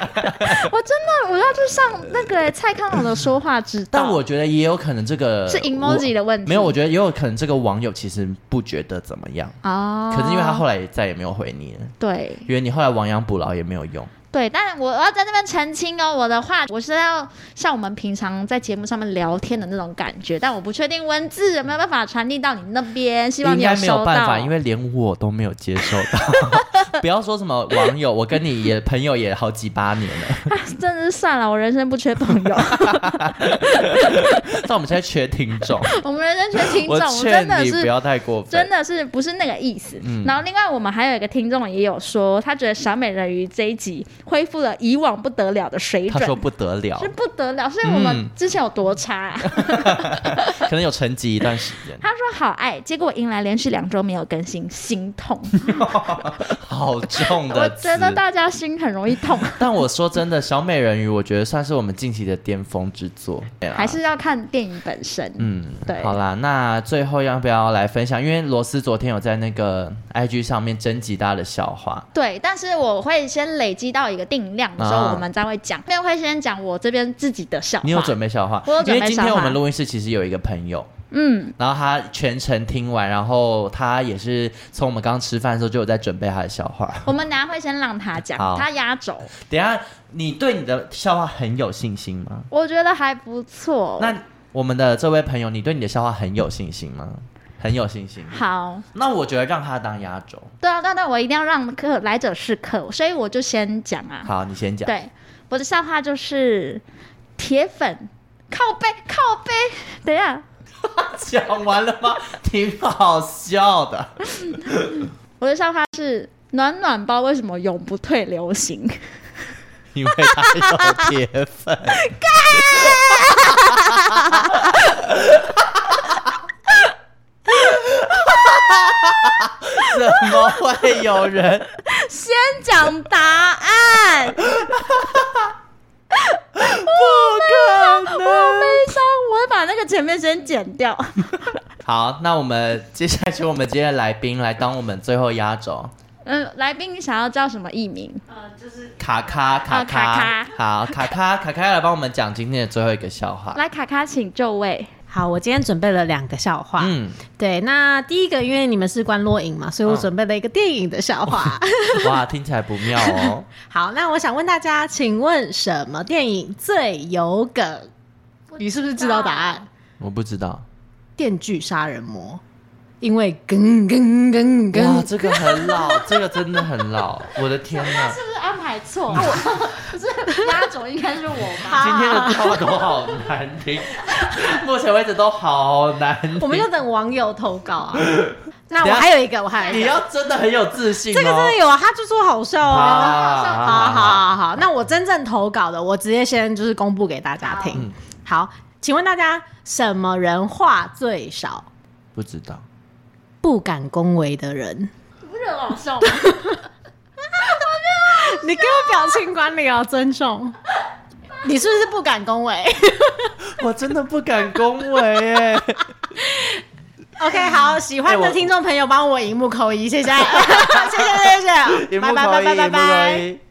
Speaker 1: 我真的我要去上那个、蔡康永的说话之道，
Speaker 2: *laughs* 但我觉得也有可能这个
Speaker 1: 是 emoji 的问题
Speaker 2: 我没有，我觉得也有可能这个网友其实不觉得怎么样，
Speaker 1: 哦，
Speaker 2: 可是因为他后来也再也没有回你了，
Speaker 1: 对
Speaker 2: 因为你后来亡羊补牢也没有用。
Speaker 1: 对，但我要在那边澄清哦，我的话我是要像我们平常在节目上面聊天的那种感觉，但我不确定文字有没有办法传递到你那边，希望
Speaker 2: 应
Speaker 1: 你
Speaker 2: 该
Speaker 1: 收
Speaker 2: 没有
Speaker 1: 到。
Speaker 2: 办法，因为连我都没有接受到。不要说什么网友，我跟你也朋友也好几八年
Speaker 1: *laughs*
Speaker 2: 了，
Speaker 1: *laughs* 真的是算了，我人生不缺朋
Speaker 2: *laughs*
Speaker 1: 友，
Speaker 2: 但我们现在缺听众。
Speaker 1: 我们人生缺听众，
Speaker 2: 我
Speaker 1: 我
Speaker 2: 劝
Speaker 1: 真的
Speaker 2: 你
Speaker 1: 是
Speaker 2: 不要太过分。
Speaker 1: 真的是不是那个意思。
Speaker 2: 嗯
Speaker 1: 然后另外我们还有一个听众也有说，他觉得小美人鱼这一集恢复了以往不得了的水
Speaker 2: 他说
Speaker 1: 准。
Speaker 2: 不得了
Speaker 1: 是，不得了，所以我们
Speaker 2: 嗯
Speaker 1: 之前有多差啊、 *laughs*
Speaker 2: 可能有沉寂一段时间，
Speaker 1: 他说好爱，结果迎来连续两周没有更新，心痛。
Speaker 2: 好重
Speaker 1: 我
Speaker 2: 的词。
Speaker 1: 觉得大家心很容易痛，
Speaker 2: 但我说真的，小美人鱼，我觉得算是我们近期的巅峰之作。对啦
Speaker 1: 还是要看电影本身。
Speaker 2: 啊嗯，
Speaker 1: 对
Speaker 2: 好啦，那最后要不要来分享？因为罗斯昨天有在那个 IG 上面征集大家的笑话，
Speaker 1: 对，但是我会先累积到一个定量的时候，
Speaker 2: 啊
Speaker 1: 我们再会讲。那会先讲我这边自己的笑话。
Speaker 2: 你有准备笑话？
Speaker 1: 我有准备
Speaker 2: 因为今天
Speaker 1: 笑
Speaker 2: 我
Speaker 1: 话
Speaker 2: 们录音室其实有一个朋友，
Speaker 1: 嗯，
Speaker 2: 然后他全程听完，然后他也是从我们刚吃饭的时候就有在准备他的笑话。
Speaker 1: 我们等下会先让他讲
Speaker 2: 好，
Speaker 1: 他压轴，
Speaker 2: 等一下，你对你的笑话很有信心吗？
Speaker 1: 我觉得还不错。
Speaker 2: 那我们的这位朋友，你对你的笑话很有信心吗？很有信心。
Speaker 1: 好，
Speaker 2: 那我觉得让他当压轴。
Speaker 1: 对啊，对啊对啊，我一定要让客来者是客，所以我就先讲啊。
Speaker 2: 好，你先讲。
Speaker 1: 对，我的笑话就是铁粉靠背靠背， *laughs* 等一下，
Speaker 2: 讲完了吗？挺好笑的。
Speaker 1: 我的笑话是暖暖包为什么永不退流
Speaker 4: *laughs*
Speaker 1: 行？
Speaker 2: 因为他有铁粉。怎么会有人？
Speaker 1: 先讲答
Speaker 4: *laughs*
Speaker 1: 案，
Speaker 2: 不可
Speaker 1: 悲
Speaker 2: 能！
Speaker 1: 伤，我会把那个前面先剪掉。 *laughs*
Speaker 2: 好，那我们接下来请我们今天的来宾来当我们最后压轴，
Speaker 1: 嗯，来宾你想要叫什么艺名？
Speaker 2: 卡卡卡
Speaker 1: 哦卡
Speaker 2: 卡，好，卡卡卡卡要来帮我们讲今天的最后一个笑话。
Speaker 1: 来，卡卡请就位。
Speaker 4: 好，我今天准备了两个笑话。
Speaker 2: 嗯，
Speaker 4: 对，那第一个，因为你们是观落影嘛，所以我
Speaker 2: 嗯
Speaker 4: 准备了一个电影的笑话。
Speaker 2: 哦哇，听起来不妙哦。
Speaker 4: *laughs* 好，那我想问大家，请问什么电影最有梗？你是不是知道答案？
Speaker 2: 我不知道，
Speaker 4: 《电锯杀人魔》，因为梗梗梗
Speaker 2: 哇，
Speaker 4: 梗，
Speaker 2: 这个很老，这个真的很老，我的天哪！
Speaker 1: 是不是安排错？
Speaker 4: 啊
Speaker 1: 我 *laughs* 不是压轴应该是我
Speaker 4: *laughs*
Speaker 1: 吧？
Speaker 2: 今天的笑话都好难听，目前为止都好难听。
Speaker 4: 我们就等网友投
Speaker 2: *laughs*
Speaker 4: 稿啊。那
Speaker 2: 等
Speaker 4: 我
Speaker 2: 下
Speaker 4: 还有一个，我还有
Speaker 2: 你
Speaker 4: 一个，
Speaker 2: 要真的很有自信、哦，
Speaker 4: 这个真的有啊，他就说好笑啊。好好
Speaker 2: 好，
Speaker 4: 好好，那我真正投稿的，我直接先就是公布给大家听。好，请问大家什么人话最少？
Speaker 2: 不知道，
Speaker 4: 不敢恭维的人。
Speaker 1: 不是很
Speaker 4: 哦
Speaker 1: 好笑吗？
Speaker 4: 你给我表情管理哦，尊重。你是不是不敢恭维 *laughs*
Speaker 2: 我真的不敢恭维耶。
Speaker 4: ？OK，好，喜
Speaker 2: 哎
Speaker 4: 欢
Speaker 2: 我
Speaker 4: 的听众朋友帮我荧幕扣一，谢谢，谢谢，谢谢，
Speaker 2: 荧幕
Speaker 4: 拜拜
Speaker 2: 可
Speaker 4: 拜
Speaker 2: 以，
Speaker 4: 拜拜
Speaker 2: 荧幕可
Speaker 4: 拜。
Speaker 2: 以。